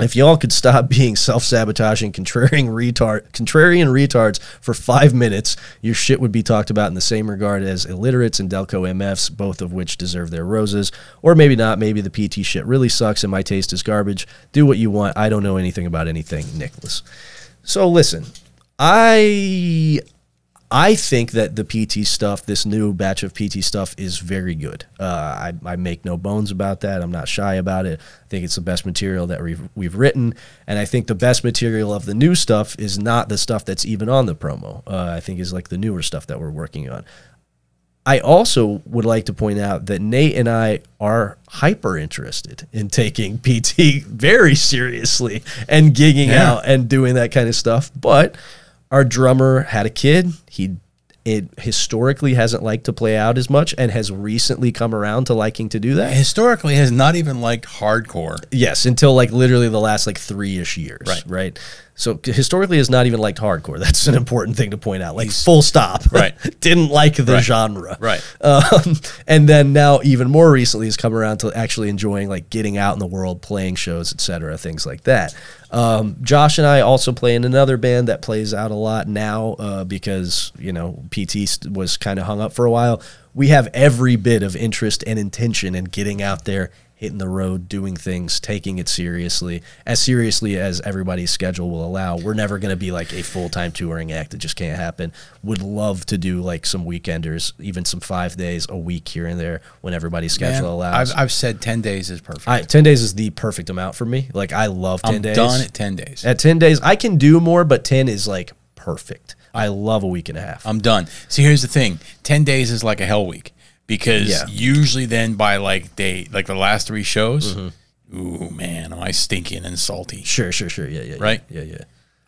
Speaker 1: if y'all could stop being self-sabotaging, contrarian retard, contrarian retards for five minutes, your shit would be talked about in the same regard as illiterates and Delco MFs, both of which deserve their roses. Or maybe not. Maybe the PT shit really sucks and my taste is garbage. Do what you want. I don't know anything about anything, Nicholas. So listen, I I think that the PT stuff, this new batch of PT stuff, is very good. Uh, I, I make no bones about that. I'm not shy about it. I think it's the best material that we've, we've written. And I think the best material of the new stuff is not the stuff that's even on the promo. Uh, I think is like the newer stuff that we're working on. I also would like to point out that Nate and I are hyper interested in taking PT very seriously and gigging
Speaker 2: Yeah.
Speaker 1: out and doing that kind of stuff. But our drummer had a kid. He it historically hasn't liked to play out as much and has recently come around to liking to do that.
Speaker 2: Historically, has not even liked hardcore.
Speaker 1: Yes, until like literally the last like three ish years.
Speaker 2: Right.
Speaker 1: Right. So historically has not even liked hardcore. That's an important thing to point out. Like full stop.
Speaker 2: Right.
Speaker 1: Didn't like the
Speaker 2: Right.
Speaker 1: genre.
Speaker 2: Right.
Speaker 1: Um, and then now even more recently has come around to actually enjoying like getting out in the world, playing shows, etc., things like that. Um, Josh and I also play in another band that plays out a lot now uh, because you know PT st- was kind of hung up for a while. We have every bit of interest and intention in getting out there, hitting the road, doing things, taking it seriously, as seriously as everybody's schedule will allow. We're never going to be like a full time touring act. It just can't happen. Would love to do like some weekenders, even some five days a week here and there when everybody's schedule
Speaker 2: Man,
Speaker 1: allows.
Speaker 2: I've, I've said 10 days is perfect.
Speaker 1: I, 10 days is the perfect amount for me. Like, I love 10
Speaker 2: I'm
Speaker 1: days.
Speaker 2: done at 10 days.
Speaker 1: At 10 days, I can do more, but 10 is like perfect. I love a week and a half.
Speaker 2: I'm done. See, here's the thing: ten days is like a hell week because
Speaker 1: Yeah.
Speaker 2: usually then by like day, like the last three shows,
Speaker 1: Mm-hmm.
Speaker 2: ooh man, am I stinking and salty?
Speaker 1: sure, sure, sure. Yeah, yeah. yeah.
Speaker 2: Right.
Speaker 1: Yeah, yeah.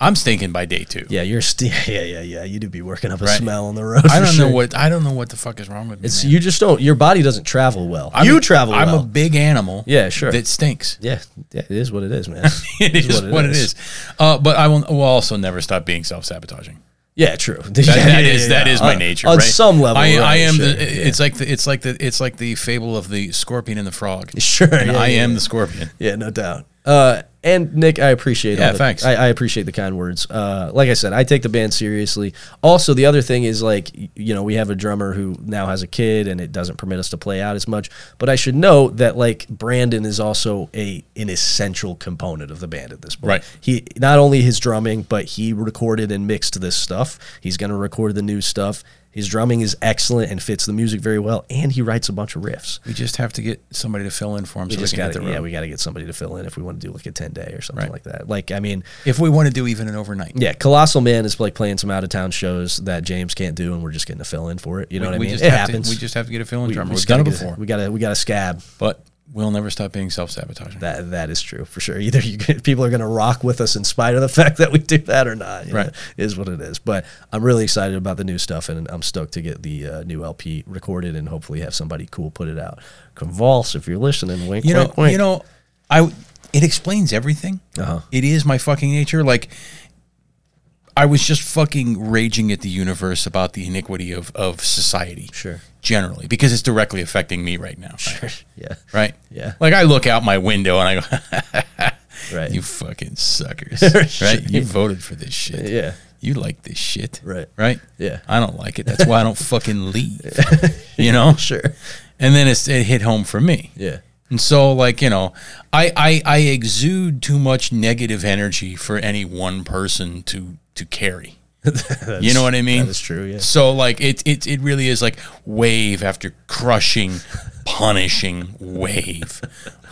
Speaker 2: I'm stinking by day two.
Speaker 1: Yeah, you're still. Yeah, yeah, yeah. You do be working up a
Speaker 2: Right.
Speaker 1: smell on the road.
Speaker 2: I
Speaker 1: for
Speaker 2: don't
Speaker 1: sure.
Speaker 2: know what I don't know what the fuck is wrong with me.
Speaker 1: It's
Speaker 2: man.
Speaker 1: you just don't. Your body doesn't travel well.
Speaker 2: I'm
Speaker 1: you
Speaker 2: a-
Speaker 1: travel.
Speaker 2: I'm
Speaker 1: well.
Speaker 2: a big animal.
Speaker 1: Yeah, sure.
Speaker 2: That stinks.
Speaker 1: yeah, yeah. It is what it is, man.
Speaker 2: It is what, it is. Uh, but I will, will also never stop being self sabotaging.
Speaker 1: Yeah, true.
Speaker 2: That, that is that is my
Speaker 1: On-
Speaker 2: nature.
Speaker 1: On
Speaker 2: right?
Speaker 1: some level,
Speaker 2: I, I
Speaker 1: right,
Speaker 2: am
Speaker 1: sure,
Speaker 2: the. It's like the. It's like the. It's like the fable of the scorpion and the frog.
Speaker 1: Sure,
Speaker 2: and
Speaker 1: yeah,
Speaker 2: I
Speaker 1: yeah,
Speaker 2: am
Speaker 1: yeah.
Speaker 2: the scorpion.
Speaker 1: Yeah, no doubt. Uh, and Nick, I appreciate.
Speaker 2: Yeah,
Speaker 1: all the,
Speaker 2: thanks.
Speaker 1: I, I appreciate the kind words. Uh, like I said, I take the band seriously. Also, the other thing is like y- you know we have a drummer who now has a kid, and it doesn't permit us to play out as much. But I should note that like Brandon is also a an essential component of the band at this point.
Speaker 2: Right.
Speaker 1: He not only his drumming, but he recorded and mixed this stuff. He's going to record the new stuff. His drumming is excellent and fits the music very well, and he writes a bunch of riffs.
Speaker 2: We just have to get somebody to fill in for him
Speaker 1: We
Speaker 2: so we
Speaker 1: just
Speaker 2: can
Speaker 1: got
Speaker 2: hit
Speaker 1: to
Speaker 2: the road.
Speaker 1: yeah, we got to get somebody to fill in if we want to do like a ten day or something
Speaker 2: Right.
Speaker 1: like that. Like I mean,
Speaker 2: if we want to do even an overnight.
Speaker 1: yeah, Colossal Man is like playing some out of town shows that James can't do, and we're just getting a fill in for it. You know
Speaker 2: we,
Speaker 1: what I
Speaker 2: we
Speaker 1: mean?
Speaker 2: Just
Speaker 1: It
Speaker 2: have
Speaker 1: happens.
Speaker 2: To, we just have to get a fill-in drummer.
Speaker 1: we
Speaker 2: We've
Speaker 1: just
Speaker 2: done it
Speaker 1: gotta get-
Speaker 2: before,
Speaker 1: We gotta we gotta scab.
Speaker 2: but we'll never stop being self-sabotaging.
Speaker 1: That that is true for sure. Either you get, people are going to rock with us in spite of the fact that we do that or not. you know,
Speaker 2: Right.
Speaker 1: is what it is. But I'm really excited about the new stuff, and I'm stoked to get the uh, new LP recorded and hopefully have somebody cool put it out. Convulse, if you're listening, wink,
Speaker 2: you know,
Speaker 1: wink, wink.
Speaker 2: you know, I it explains everything.
Speaker 1: Uh-huh.
Speaker 2: It is my fucking nature. Like I was just fucking raging at the universe about the iniquity of of society.
Speaker 1: Sure.
Speaker 2: Generally, because it's directly affecting me right now. Sure.
Speaker 1: yeah,
Speaker 2: Right.
Speaker 1: Yeah.
Speaker 2: Like I look out my window and I go,
Speaker 1: right,
Speaker 2: "You fucking suckers!
Speaker 1: Sure.
Speaker 2: right? You voted for this shit.
Speaker 1: Yeah.
Speaker 2: You like this shit.
Speaker 1: Right.
Speaker 2: Right.
Speaker 1: Yeah.
Speaker 2: I don't like it. That's why I don't fucking leave. You know.
Speaker 1: sure,
Speaker 2: And then it's, it hit home for me.
Speaker 1: yeah.
Speaker 2: And so, like you know, I, I I exude too much negative energy for any one person to to carry. you know what I mean?
Speaker 1: that is true, yeah.
Speaker 2: So like it it it really is like wave after crushing, punishing wave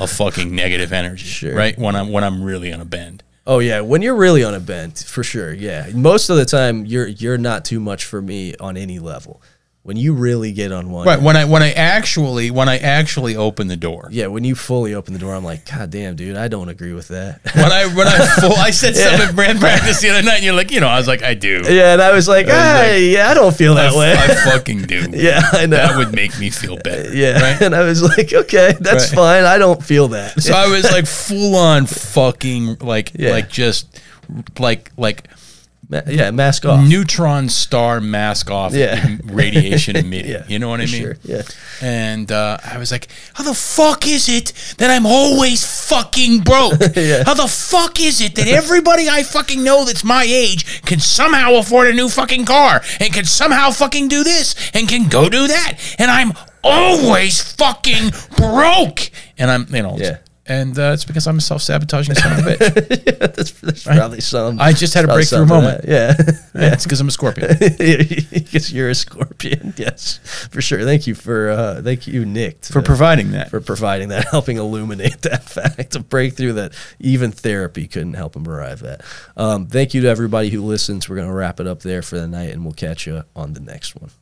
Speaker 2: of fucking negative energy.
Speaker 1: Sure.
Speaker 2: Right when I'm when I'm really on a bend.
Speaker 1: Oh yeah, when you're really on a bend, for sure. Yeah, most of the time you're you're not too much for me on any level. When you really get on one,
Speaker 2: Right when I when I actually when I actually open the door.
Speaker 1: yeah, when you fully open the door, I'm like, God damn, dude, I don't agree with that.
Speaker 2: When I when I full, I said something at brand practice the other night, and you're like, you know, I was like, I do.
Speaker 1: yeah, and I was like, "Ah, yeah, I don't feel
Speaker 2: I,
Speaker 1: that way.
Speaker 2: I fucking do.
Speaker 1: yeah, I know.
Speaker 2: That would make me feel better.
Speaker 1: yeah,
Speaker 2: Right?
Speaker 1: and I was like, okay, that's
Speaker 2: Right.
Speaker 1: fine. I don't feel that.
Speaker 2: So I was like full on fucking like
Speaker 1: Yeah.
Speaker 2: like just like like
Speaker 1: Ma- yeah, mask off.
Speaker 2: neutron star mask off
Speaker 1: Yeah.
Speaker 2: radiation emitting.
Speaker 1: Yeah,
Speaker 2: you know what I mean?
Speaker 1: for sure, yeah.
Speaker 2: And uh, I was like, how the fuck is it that I'm always fucking broke? How the fuck is it that everybody I fucking know that's my age can somehow afford a new fucking car and can somehow fucking do this and can go do that? And I'm always fucking broke. And I'm, you know,
Speaker 1: Yeah.
Speaker 2: and uh, it's because I'm a self sabotaging son of a bitch.
Speaker 1: that's, that's probably some.
Speaker 2: I just had a
Speaker 1: probably
Speaker 2: breakthrough
Speaker 1: some of
Speaker 2: moment.
Speaker 1: that. Yeah.
Speaker 2: It's because I'm a Scorpio.
Speaker 1: because you're a scorpion. Yes, for sure. Thank you for uh, thank you, Nick,
Speaker 2: For
Speaker 1: uh,
Speaker 2: providing that.
Speaker 1: for providing that, helping illuminate that fact, a breakthrough that even therapy couldn't help him arrive at. Um, thank you to everybody who listens. We're gonna wrap it up there for the night, and we'll catch you on the next one.